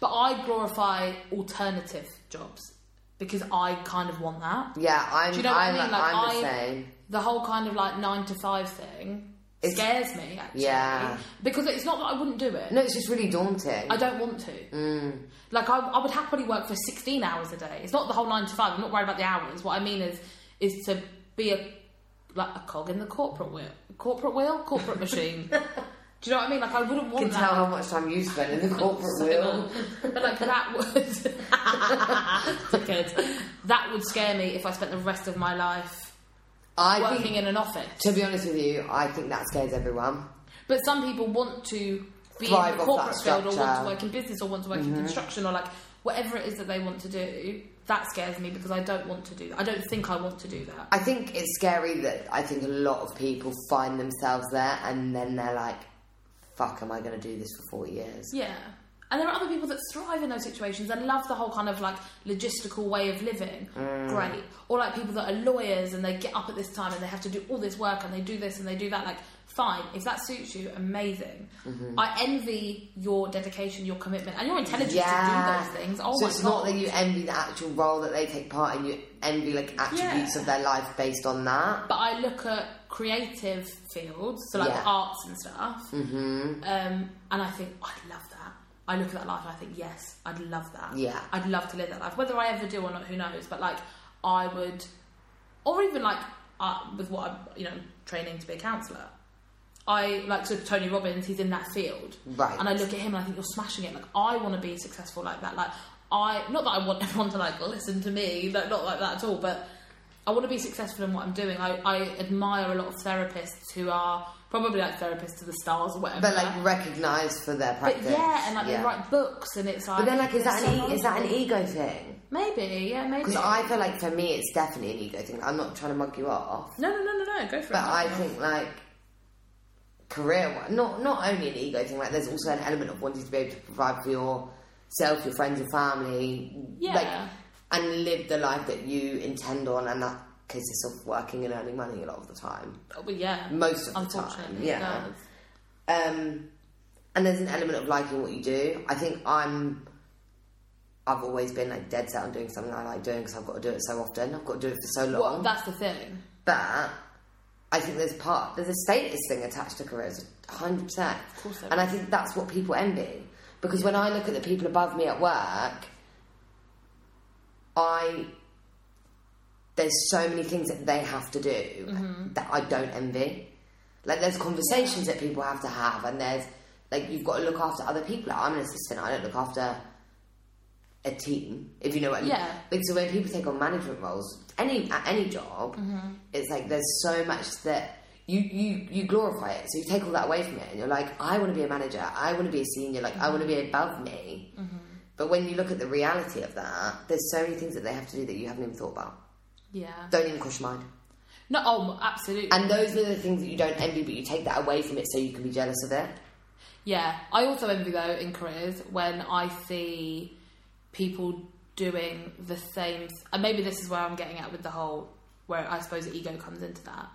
But I glorify alternative jobs because I kind of want that.
Yeah, I'm.
Do you know what I
I'm,
mean? Like,
I'm the
I-
same.
the whole kind of like nine to five thing
It's-
scares me actually.
Yeah.
Because it's not that I wouldn't do it.
No, it's just really daunting. Mm.
I don't want to. Like I, I would happily work for sixteen hours a day. It's not the whole nine to five. I'm not worried about the hours. What I mean is, is to be a like a cog in the corporate wheel, corporate wheel, corporate machine. Do you know what I mean? Like I wouldn't
you
want
can tell
that.
how much time you spend in the corporate world.
but like that would Dickhead. that would scare me if I spent the rest of my life
I
working
think,
in an office.
to be honest with you, I think that scares everyone.
But some people want to be
Thrive
in the
off
corporate
that
field or want
structure. Mm-hmm.
to work in business or want to work in construction or like whatever it is that they want to do. That scares me because I don't want to do that. I don't think I want to do that.
I think it's scary that I think a lot of people find themselves there and then they're like, fuck, am I going to do this for four years?
Yeah. And there are other people that thrive in those situations and love the whole kind of like logistical way of living.
Mm.
Great. Or like people that are lawyers and they get up at this time and they have to do all this work and they do this and they do that. Like, fine. If that suits you, amazing.
Mm-hmm.
I envy your dedication, your commitment, and your intelligence
Yeah.
to do those things. Oh
so
my
it's
God.
not that you envy the actual role that they take part in, you envy like attributes
Yeah.
of their life based on that.
but I look at creative fields, so like
Yeah.
the arts and stuff, mm-hmm. um, and I think I'd love that. I look at that life and I think, yes, I'd love that.
Yeah.
I'd love to live that life. Whether I ever do or not, who knows? But like, I would, or even like uh, with what I'm, you know, training to be a counsellor. I like so Tony Robbins. He's in that field,
Right.
And I look at him and I think you're smashing it. Like I want to be successful like that. Like I, not that I want everyone to like listen to me, like, not like that at all. But I want to be successful in what I'm doing. I, I admire a lot of therapists who are probably like therapists to the stars or whatever.
But like recognised for their
But
practice.
yeah, and like they write books, and it's like.
But then, like, is that
it's
an
so
e- is that an
wonderful.
ego thing?
Maybe, yeah, maybe.
Because I feel like for me, it's definitely an ego thing. I'm not trying to mug you off.
No, no, no, no, no. Go for it.
But I think like career one, not not only an ego thing. Like there's also an element of wanting to be able to provide for yourself, your friends, your family,
Yeah.
like, and live the life that you intend on, and that consists of working and earning money a lot of the time,
Oh, but yeah,
most of the time,
unfortunately,
yeah.
it does.
Um, and there's an element of liking what you do. I think I'm. I've always been like dead set on doing something I like doing because I've got to do it so often. I've got to do it for so long.
Well, that's the thing.
But I think there's part there's a status thing attached to careers, hundred percent.
course there
And I think that's what people envy. Because when I look at the people above me at work, I there's so many things that they have to do that I don't envy. Like there's conversations that people have to have, and there's like you've got to look after other people. Like, I'm an assistant. I don't look after a team, if you know what I mean.
Yeah.
Like, so when people take on management roles, any at any job, it's like there's so much that you, you you glorify it. So you take all that away from it, and you're like, I want to be a manager. I want to be a senior. Like I want to be above me. But when you look at the reality of that, there's so many things that they have to do that you haven't even thought about.
Yeah.
Don't even cross your mind.
No, oh, absolutely.
And those are the things that you don't envy, but you take that away from it so you can be jealous of it.
Yeah, I also envy though in careers when I see people doing the same, and maybe this is where I'm getting at with the whole where I suppose ego comes into that.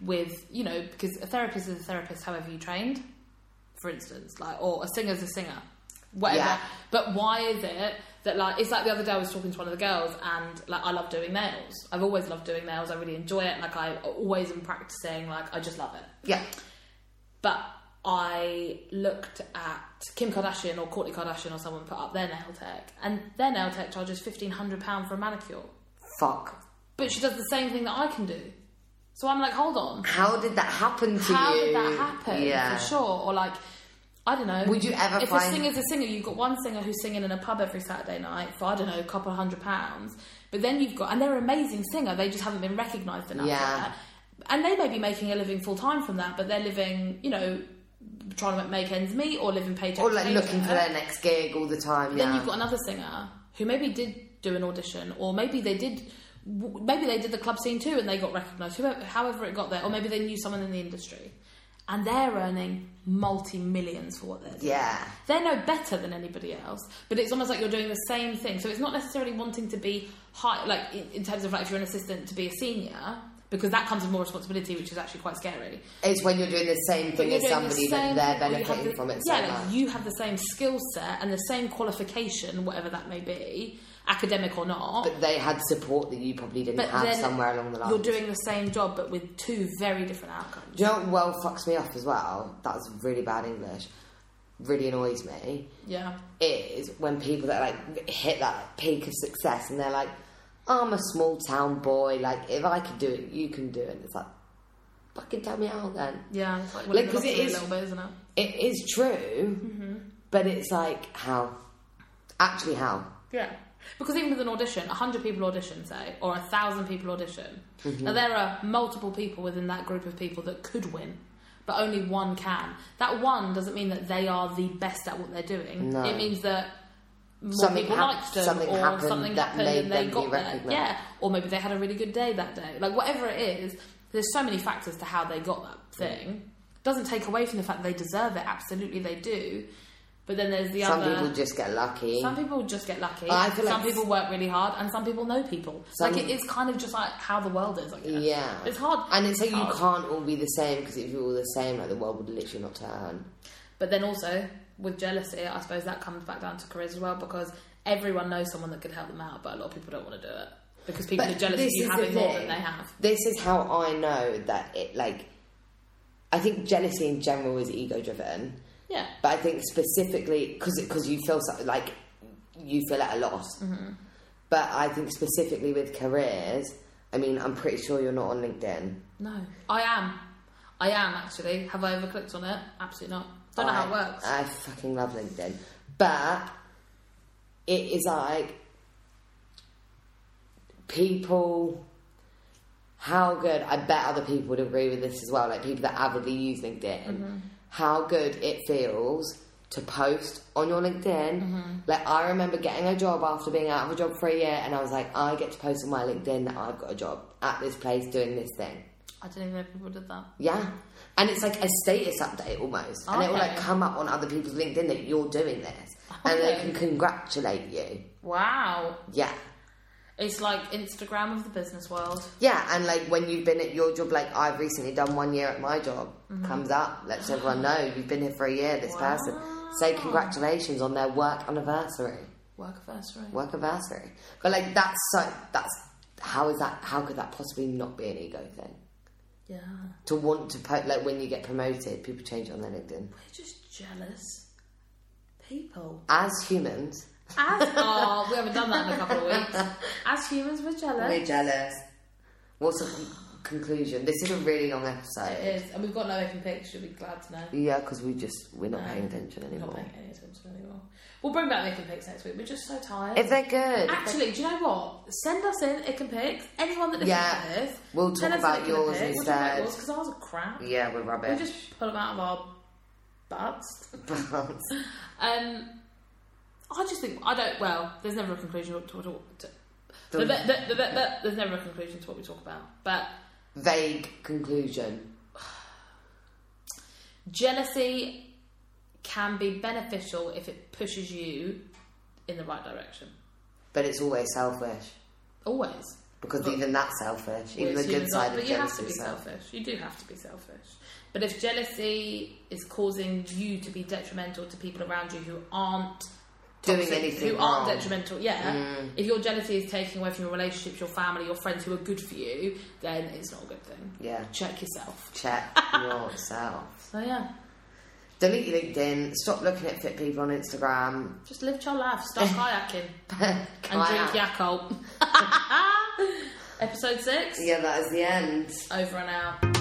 With you know, because a therapist is a therapist, however you trained, for instance, like or a singer's a singer, whatever.
Yeah.
But why is it that like it's like the other day I was talking to one of the girls and like I love doing nails. I've always loved doing nails. I really enjoy it. Like I always am practicing. Like I just love it
Yeah.
but I looked at Kim Kardashian or Courtney Kardashian or someone put up their nail tech, and their nail tech charges fifteen hundred pound for a manicure,
Fuck.
but she does the same thing that I can do. So I'm like, hold on,
How did that happen to
how
you?
did that happen?
Yeah.
for sure. Or like, I don't know.
Would you ever
If
find-
a singer's a singer, you've got one singer who's singing in a pub every Saturday night for I don't know a couple of hundred pounds, but then you've got and they're an amazing singer. They just haven't been recognised enough.
Yeah.
yet. And they may be making a living full time from that, but they're living, you know, trying to make ends meet or living paycheck.
Or
to
like
paycheck.
looking for their next gig all the time.
Then
yeah.
you've got another singer who maybe did do an audition, or maybe they did, w- maybe they did the club scene too, and they got recognised. Whoever, however it got there, or maybe they knew someone in the industry, and they're earning multi millions for what they're doing.
yeah.
They're no better than anybody else, but it's almost like you're doing the same thing. So it's not necessarily wanting to be high, like in, in terms of like if you're an assistant to be a senior, because that comes with more responsibility, which is actually quite scary.
It's when you're doing the same
But
thing
you're
as
doing the
somebody,
same-
but
or
they're
you have
benefiting
the-
from it ah. so
Yeah, like,
much.
you have the same skill set and the same qualification, whatever that may be, academic or not.
But they had support that you probably didn't
but
have
then
somewhere along the line.
you're doing the same job but with two very different outcomes.
Do you know what well fucks me up as well? That's really bad English. Really annoys me.
Yeah,
Is when people that like hit that peak of success and they're like, I'm a small town boy. Like if I can do it, you can do it. It's like, fucking tell me how then.
yeah. It's like,
Like,
winning the
'cause it
lottery
is-
a little bit, isn't it?
It is true,
Mm-hmm.
but it's like how? Actually, how?
Yeah. Because even with an audition, 100 people audition, say, or 1,000 people audition. Now, there are multiple people within that group of people that could win, but only one can. That one doesn't mean that they are the best at what they're doing.
No.
It means that more
Something
people
hap-
liked them,
something
or
happened
something
that
happened
made
and they
them
got
be
there.
recognised.
Yeah. Or maybe they had a really good day that day. Like, whatever it is, there's so many factors to how they got that thing. Doesn't take away from the fact they deserve it. Absolutely, they do. But then there's the
Some
other.
people just get lucky.
Some people just get lucky.
I feel
some
like-
people work really hard, and some people know people.
Some-
Like it is kind of just like how the world is. I guess.
yeah,
it's hard.
and it's like you
hard.
can't all be the same because if you're all the same, like the world would literally not turn.
But then also with jealousy, I suppose that comes back down to careers as well because everyone knows someone that could help them out, but a lot of people don't want to do it because people are jealous of
this
you
is the
having more
thing.
than they have.
This is how I know that it like. I think jealousy in general is ego driven,
Yeah,
but I think specifically because because you feel so, like you feel at a loss. But I think specifically with careers, I mean, I'm pretty sure you're not on LinkedIn.
no, I am. I am actually. Have I ever clicked on it? Absolutely not. Don't know how it
I-
works.
I fucking love LinkedIn. But it is like people how good I bet other people would agree with this as well, like people that avidly use LinkedIn,
Mm-hmm.
how good it feels to post on your LinkedIn.
Mm-hmm.
Like I remember getting a job after being out of a job for a year and I was like, I get to post on my LinkedIn that I've got a job at this place doing this thing.
I didn't even know people did that.
Yeah. And it's like a status update almost. And it will like
Okay.
come up on other people's LinkedIn that you're doing this. And they
Okay.
can congratulate you.
Wow,
Yeah.
it's like Instagram of the business world.
Yeah, and like when you've been at your job, like I've recently done one year at my job,
Mm-hmm.
comes up, lets everyone know you've been here for a year, this person. Say
Wow.
congratulations on their work anniversary.
Work anniversary.
Work anniversary. But like that's so that's how is that how could that possibly not be an ego thing?
Yeah.
To want to po- like when you get promoted, people change it on their LinkedIn.
They're just jealous people.
As humans,
As, oh, we haven't done that in a couple of weeks. As humans, we're jealous.
We're jealous. What's the con- conclusion? This is a really long
It
episode.
is, and we've got no open picks. You'll be glad to know.
Yeah, because we just we're not paying attention
We're not
anymore.
paying any attention anymore. We'll bring back open picks next week. We're just so tired.
If they're good,
Actually, do you know what? Send us in open picks. Anyone that listens
Yeah.
to this,
We'll talk
send us
about
an
yours
We'll talk about
instead.
yours because ours are crap.
yeah, we're
We
rubbish.
just pull them out of our butts.
But-
Um, I just think I don't. Well, there's never a conclusion to what to. to the, the, the, the, the, there's never a conclusion to what we talk about, but
Vague conclusion.
jealousy can be beneficial if it pushes you in the right direction.
But it's always selfish.
Always,
Because
But-
even that's selfish. Even the
Always
good
humans
side
are-
of
But you have to
jealousy
be
is selfish.
selfish. You do have to be selfish. But if jealousy is causing you to be detrimental to people around you who aren't
Doing
toxic-
anything
who aren't
wrong. Mm.
detrimental, yeah. If your jealousy is taking away from your relationships, your family, your friends who are good for you, then it's not a good thing.
Yeah.
Check yourself.
Check yourself.
So yeah,
Delete your LinkedIn. Stop looking at fit people on Instagram.
just live your life. Start kayaking and drink
Kayak.
Yakult. Episode six
yeah, that is the end.
over and out.